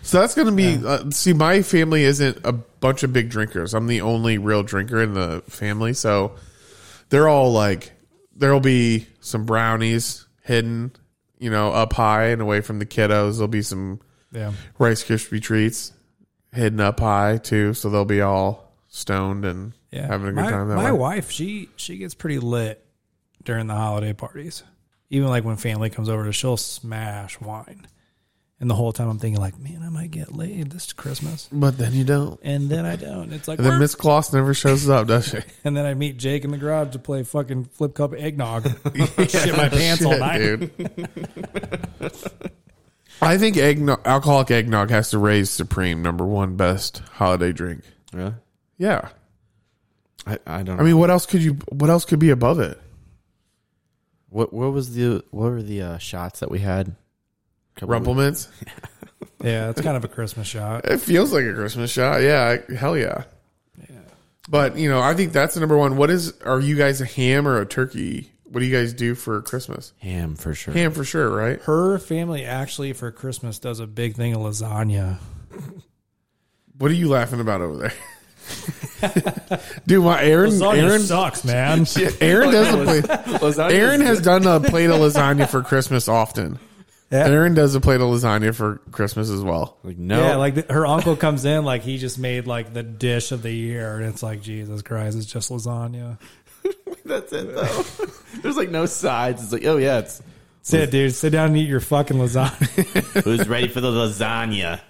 So that's gonna be uh, see. My family isn't a bunch of big drinkers. I'm the only real drinker in the family, so they're all like there'll be some brownies hidden, you know, up high and away from the kiddos. There'll be some Yeah. Rice Krispie treats hidden up high too, so they'll be all stoned and Yeah. having a good my, time that my way. wife, she she gets pretty lit during the holiday parties. Even like when family comes over, she'll smash wine. And the whole time I'm thinking like, man, I might get laid this Christmas. But then you don't. And then I don't. It's like And then "Where?" Miss Claus never shows up, does she? and then I meet Jake in the garage to play fucking flip cup eggnog. Shit my pants all Oh, Shit, night. dude. I think eggnog, alcoholic eggnog has to raise supreme number one best holiday drink. really. Yeah, I, I don't. I mean, what else could you? What else could be above it? what what was the what were the uh, shots that we had? Couple Rumplements. weeks- Yeah, it's kind of a Christmas shot. It feels like a Christmas shot. Yeah, I- hell yeah. But you know, I think that's the number one. What is? Are you guys a ham or a turkey What do you guys do for Christmas? Ham for sure. Ham for sure, right? Her family actually for Christmas does a big thing of lasagna. What are you laughing about over there? Dude, my Aaron Aaron sucks, man. Aaron does a plate. Lasagna Aaron has done a plate of lasagna for Christmas often. Yeah. Aaron does a plate of lasagna for Christmas as well. Like no, Yeah, like the, her uncle comes in, like he just made like the dish of the year, and it's like Jesus Christ, it's just lasagna. that's it though. There's like no sides. It's like oh yeah, it's Sit, dude, sit down and eat your fucking lasagna. who's ready for the lasagna?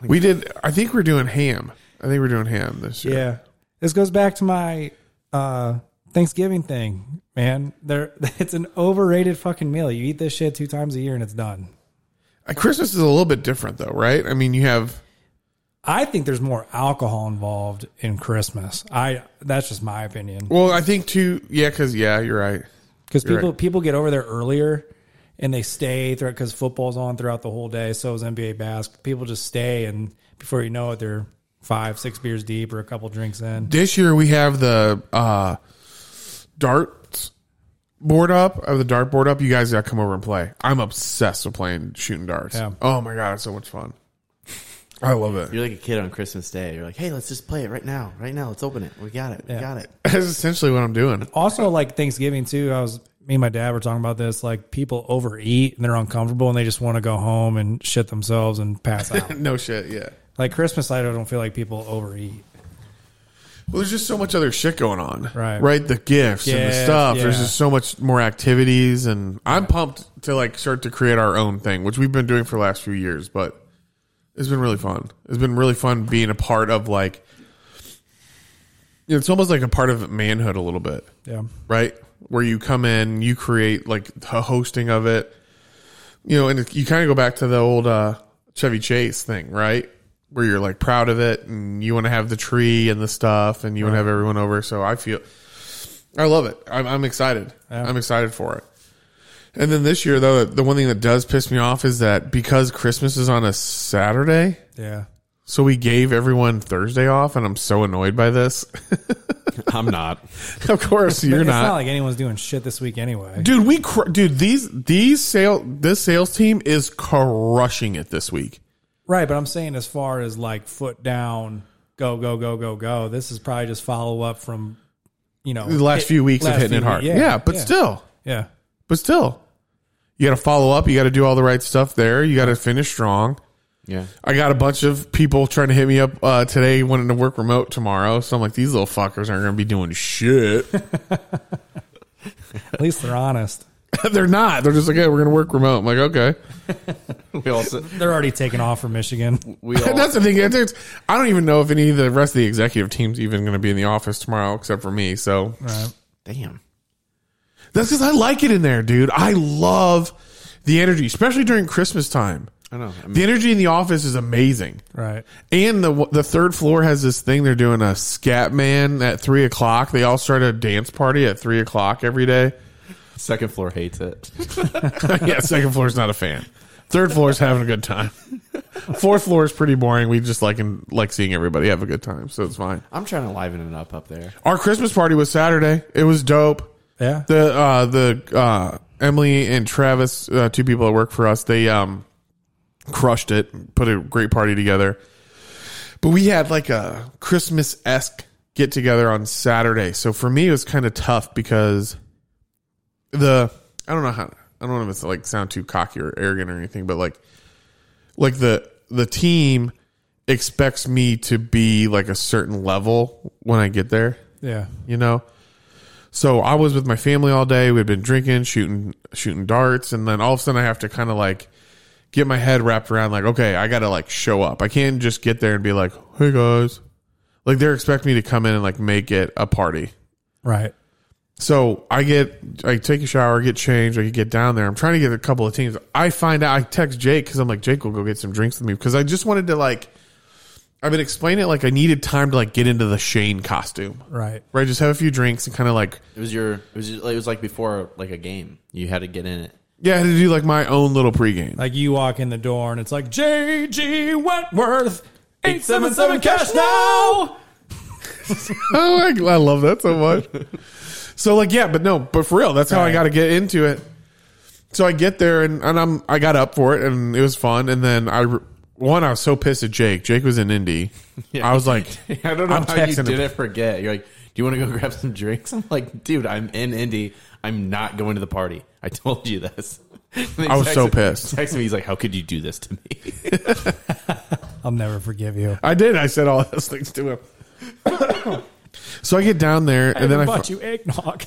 We did. I think we're doing ham. I think we're doing ham this year. yeah, this goes back to my uh, Thanksgiving thing, man. There, it's an overrated fucking meal. You eat this shit two times a year, and it's done. Uh, Christmas is a little bit different though, right? I mean, you have I think there's more alcohol involved in Christmas. I that's just my opinion. well, I think two. Yeah, because yeah, you're right. because You're people people get over there earlier and they stay throughout because football's on throughout the whole day. So is NBA basketball. People just stay, and before you know it, they're five, six beers deep or a couple drinks in. This year we have the uh, darts board up. Of the dart board up, you guys got to come over and play. I'm obsessed with playing shooting darts. Yeah. Oh my god, it's so much fun. I love it. You're like a kid on Christmas Day. You're like, hey, let's just play it right now, right now. Let's open it. We got it. We got it. That's essentially what I'm doing. Also, like Thanksgiving too. I was me and my dad were talking about this. Like people overeat and they're uncomfortable and they just want to go home and shit themselves and pass out. No shit. Yeah. like Christmas, I don't feel like people overeat. Well, there's just so much other shit going on. Right. Right. The gifts and the Gifts, stuff. There's yeah. just so much more activities, and I'm pumped to like start to create our own thing, which we've been doing for the last few years. But it's been really fun. It's been really fun being a part of like. It's almost like a part of manhood a little bit Yeah, right? Where you come in, you create like the hosting of it, you know, and you kind of go back to the old uh, Chevy Chase thing, right? Where you're like proud of it and you want to have the tree and the stuff and you want to have everyone over. So I feel, I love it. I'm, I'm excited. I'm excited for it. And then this year, though, the one thing that does piss me off is that because Christmas is on a Saturday, yeah. so we gave everyone Thursday off, and I'm so annoyed by this. I'm not. of course, you're it's not like anyone's doing shit this week anyway. dude we cr- dude these these sale this sales team is crushing it this week Right, but I'm saying as far as like foot down, go go go go go. This is probably just follow up from you know the last hit- few weeks of last hitting few it hard weeks. yeah, but still yeah, but still you got to follow up you got to do all the right stuff there you got to finish strong Yeah. i got a bunch of people trying to hit me up uh, today wanting to work remote tomorrow so i'm like these little fuckers aren't gonna be doing shit at least they're honest. they're not they're just like yeah we're gonna work remote i'm like okay We also They're already taking off from Michigan. we all that's the thing it's- it's- i don't even know if any of the rest of the executive team's even gonna be in the office tomorrow except for me so Right. damn. That's because I like it in there, dude. I love the energy, especially during Christmas time. I know. I mean, The energy in the office is amazing, Right. and the the third floor has this thing. They're doing a scat man at three o'clock. They all start a dance party at three o'clock every day. second floor hates it. yeah, second floor's not a fan. Third floor's having a good time. Fourth floor is pretty boring. We just like and like seeing everybody have a good time, so it's fine. I'm trying to liven it up up there. Our Christmas party was Saturday. It was dope. Yeah. the uh the uh Emily and Travis, uh, two people that work for us, they um crushed it, put a great party together. But we had like a Christmas esque get together on Saturday. So for me it was kind of tough because the I don't know how I don't want to like sound too cocky or arrogant or anything, but like like the the team expects me to be like a certain level when I get there Yeah. you know. So I was with my family all day. We'd been drinking, shooting, shooting darts, and then all of a sudden I have to kind of like get my head wrapped around like, okay, I got to like show up. I can't just get there and be like, hey guys, like they're expecting me to come in and like make it a party. Right. So I get, I take a shower, get changed, I get down there. I'm trying to get a couple of teams. I find out, I text Jake because I'm like, Jake will go get some drinks with me because I just wanted to like, I've been explaining it like I needed time to like get into the Shane costume, Right. right? Just have a few drinks and kind of like It was your. It was. Just, it was like before like a game. You had to get in it. Yeah, I had to do like my own little pregame. Like you walk in the door and it's like J G Wentworth eight seven seven cash now. oh, I, I love that so much. So like, yeah, but no, but for real, that's how I Right. got to get into it. So I get there and, and I'm I got up for it and it was fun. And then I re- one I was so pissed at Jake. Jake was in Indy. I was like, I don't know I'm how you texting did him. it. Forget. You're like, do you want to go grab some drinks? I'm like, dude, I'm in Indy. I'm not going to the party. I told you this. And he I was so texted- pissed. Texted me. He's like, how could you do this to me? I'll never forgive you. I did. I said all those things to him. so I get down there and then I fi- bought you eggnog.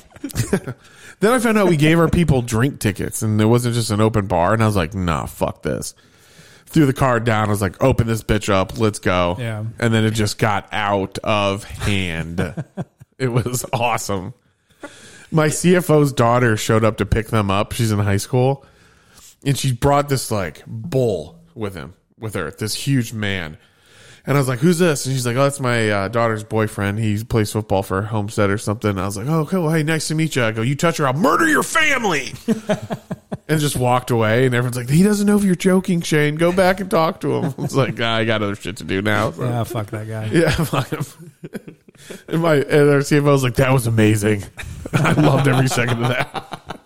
Then I found out we gave our people drink tickets and it wasn't just an open bar. And I was like, nah, fuck this. Threw the card down. I was like, open this bitch up. Let's go. Yeah. And then it just got out of hand. it was awesome. My CFO's daughter showed up to pick them up. She's in high school. And she brought this like bull with him, with her, this huge man. And I was like, "Who's this?" And she's like, "Oh, that's my uh, daughter's boyfriend. He plays football for Homestead or something." And I was like, "Oh, cool. Hey, nice to meet you." I go, "You touch her, I'll murder your family," and just walked away. And everyone's like, "He doesn't know if you're joking, Shane. Go back and talk to him." It's like "Ah, I got other shit to do now. So- ah, fuck that guy. yeah, fuck him. and my and our CFO was like, "That was amazing. I loved every second of that."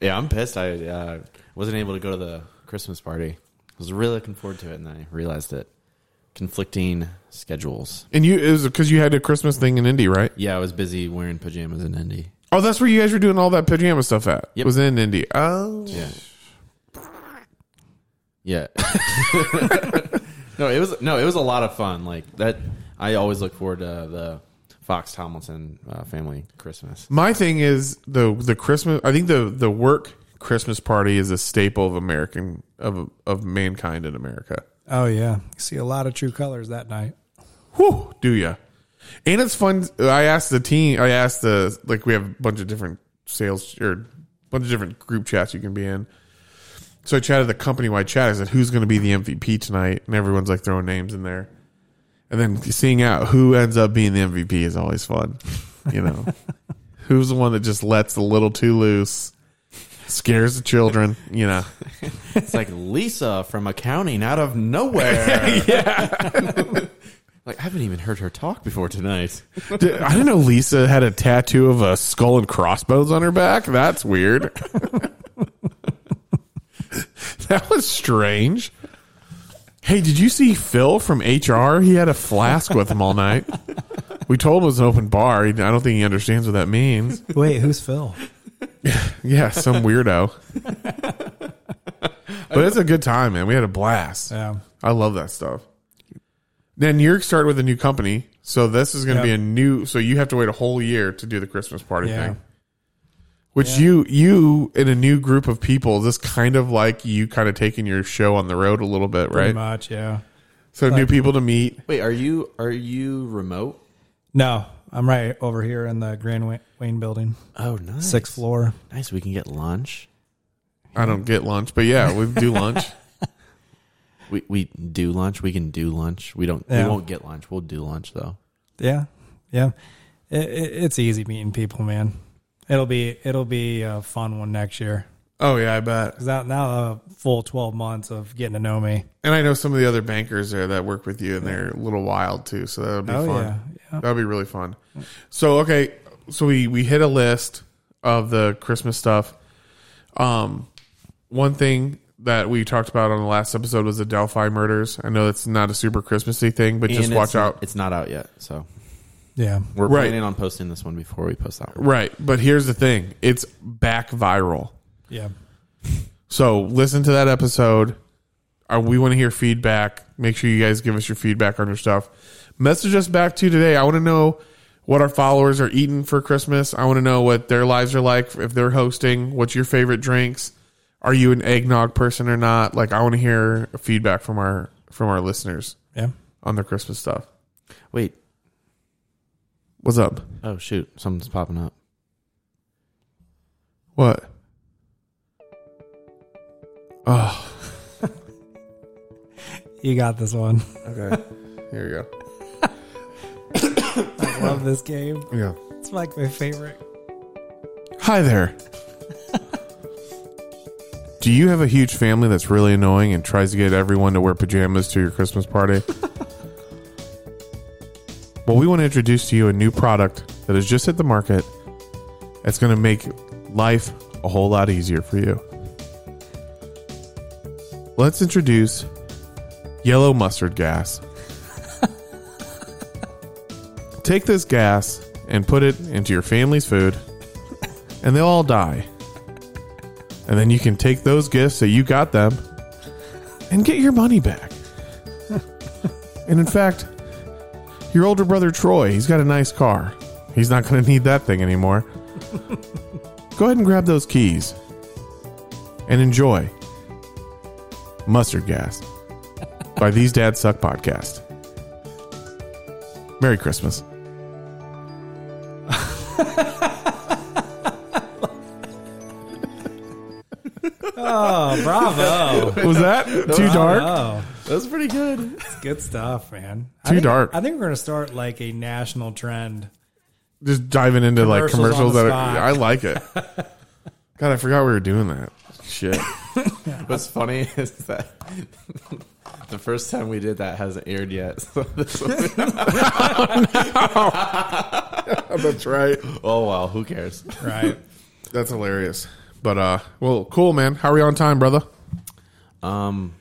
yeah, I'm pissed. I uh, wasn't able to go to the Christmas party. I was really looking forward to it, and I realized it. Conflicting schedules. And you it was because you had a Christmas thing in Indy, right? Yeah, I was busy wearing pajamas in Indy. Oh, that's where you guys were doing all that pajama stuff at. Yep. Was in Indy. Oh, Yeah. Yeah. no, it was no, it was a lot of fun. Like that, I always look forward to the Fox Tomlinson uh, family Christmas. My thing is the the Christmas. I think the the work Christmas party is a staple of American of of mankind in America. Oh yeah, see a lot of true colors that night. Whew, do ya? And it's fun. I asked the team. I asked the like we have a bunch of different sales or bunch of different group chats you can be in. So I chatted the company wide chat. I said, "Who's going to be the MVP tonight?" And everyone's like throwing names in there. And then seeing out who ends up being the MVP is always fun. You know, who's the one that just lets a little too loose, scares the children. You know, It's like Lisa from accounting out of nowhere. yeah. like I haven't even heard her talk before tonight. Did- I didn't know Lisa had a tattoo of a skull and crossbones on her back. That's weird. that was strange. Hey, did you see Phil from HR? He had a flask with him all night. We told him it was an open bar. He- I don't think he understands what that means. Wait, who's Phil? Yeah, some weirdo. But it's a good time, man. We had a blast. Yeah. I love that stuff. Then you're starting with a new company, so this is going to Yeah. be a new. So you have to wait a whole year to do the Christmas party Yeah. thing. Which you you in a new group of people, this kind of like you kind of taking your show on the road a little bit, Pretty right? much, yeah. So new people to meet. Wait, are you are you remote? No, I'm right over here in the Grand Wa- Wayne building, Oh, nice. sixth floor. Nice. We can get lunch. I don't get lunch, but yeah, we do lunch. We we do lunch. We can do lunch. We don't. Yeah. We won't get lunch. We'll do lunch though. Yeah, yeah. It, it, it's easy meeting people, man. It'll be it'll be a fun one next year. Oh yeah, I bet. Cause out now a full twelve months of getting to know me. And I know some of the other bankers there that work with you, and they're a little wild too. So that'll be Oh, fun. yeah, yeah. That'll be really fun. So okay, so we we hit a list of the Christmas stuff. Um, one thing that we talked about on the last episode was the Delphi murders. I know that's not a super Christmassy thing, but just And watch it's not- out. It's not out yet, so Yeah, we're Right. planning on posting this one before we post that one. right, but here's the thing: it's back viral. yeah. So listen to that episode. Uh, we want to hear feedback. Make sure you guys give us your feedback on your stuff. Message us back to today. I want to know what our followers are eating for Christmas. I want to know what their lives are like if they're hosting. What's your favorite drinks? Are you an eggnog person or not? Like I want to hear feedback from our from our listeners Yeah. on their Christmas stuff. Wait. What's up? Oh shoot, something's popping up. What? Oh, You got this one. okay. Here we go. I love this game. Yeah. It's like my favorite. Hi there. Do you have a huge family that's really annoying and tries to get everyone to wear pajamas to your Christmas party? Well, we want to introduce to you a new product that has just hit the market. It's going to make life a whole lot easier for you. Let's introduce yellow mustard gas. Take this gas and put it into your family's food, and they'll all die. And then you can take those gifts that you got them and get your money back. and in fact, your older brother Troy, he's got a nice car. He's not going to need that thing anymore. Go ahead and grab those keys and enjoy Mustard Gas by These Dads Suck Podcast. Merry Christmas. Oh, bravo. Was that too dark? Oh, That's pretty good. it's good stuff, man. I Too think- dark. I think we're going to start like a national trend. Just diving into like commercials Commercials on that the are, spot. I like it. God, I forgot we were doing that. Shit. What's funny is that the first time we did that hasn't aired yet. So this will be- That's right. oh well, who cares? Right. That's hilarious. But uh well, cool man. How are we on time, brother? Um,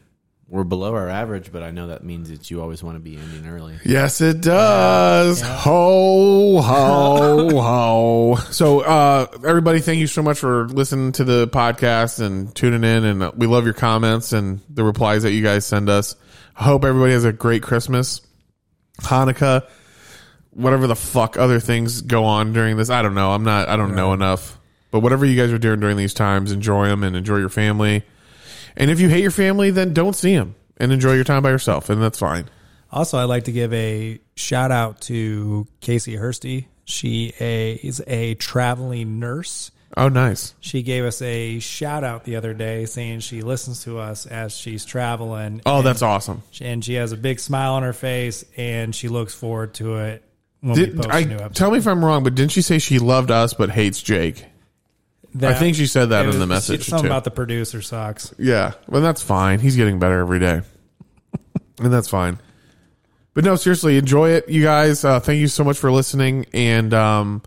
we're below our average, but I know that means that you always want to be ending early. Yes, it does. Ho, ho, ho. So, uh, everybody, thank you so much for listening to the podcast and tuning in. And we love your comments and the replies that you guys send us. I hope everybody has a great Christmas, Hanukkah, whatever the fuck other things go on during this. I don't know. I'm not, I don't know enough. But whatever you guys are doing during these times, enjoy them and enjoy your family. And if you hate your family, then don't see them and enjoy your time by yourself. And that's fine. Also, I'd like to give a shout out to Casey Hursty. She a, is a traveling nurse. Oh, nice. She gave us a shout out the other day saying she listens to us as she's traveling. Oh, that's awesome. And she has a big smile on her face and she looks forward to it when we Did, post I, a new episode. tell me if I'm wrong, but didn't she say she loved us but hates Jake? I That- think she said that it in the was- message Something too. about the producer sucks. yeah, well, that's fine. He's getting better every day, and that's fine. But no, seriously, enjoy it, you guys. Uh, thank you so much for listening, and um,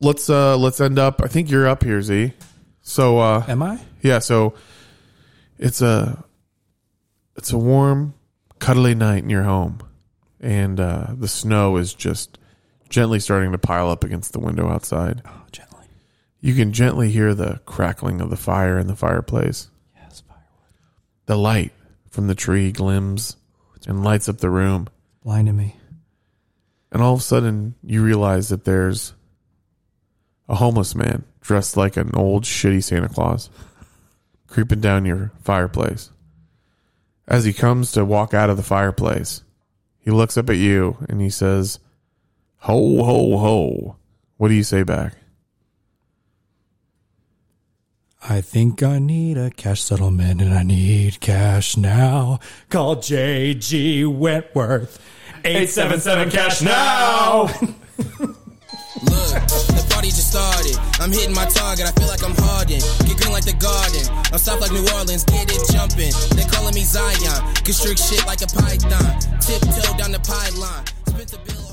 let's uh, let's end up. I think you're up here, Z. So uh, Am I? yeah, so it's a it's a warm, cuddly night in your home, and uh, the snow is just gently starting to pile up against the window outside. Oh, gently. You can gently hear the crackling of the fire in the fireplace. Yes, firewood. The light from the tree glims and lights up the room, Blinded me. and all of a sudden you realize that there's a homeless man dressed like an old shitty Santa Claus creeping down your fireplace. As he comes to walk out of the fireplace, he looks up at you and he says, Ho, ho, ho. What do you say back? I think I need a cash settlement and I need cash now. Call JG Wentworth. 877 cash now. Look, the party just started. I'm hitting my target. I feel like I'm Harden. Get green like the garden. I'm soft like New Orleans. Get it jumping. They calling me Zion. Constrict shit like a python. Tiptoe down the pylon. Spent the bill.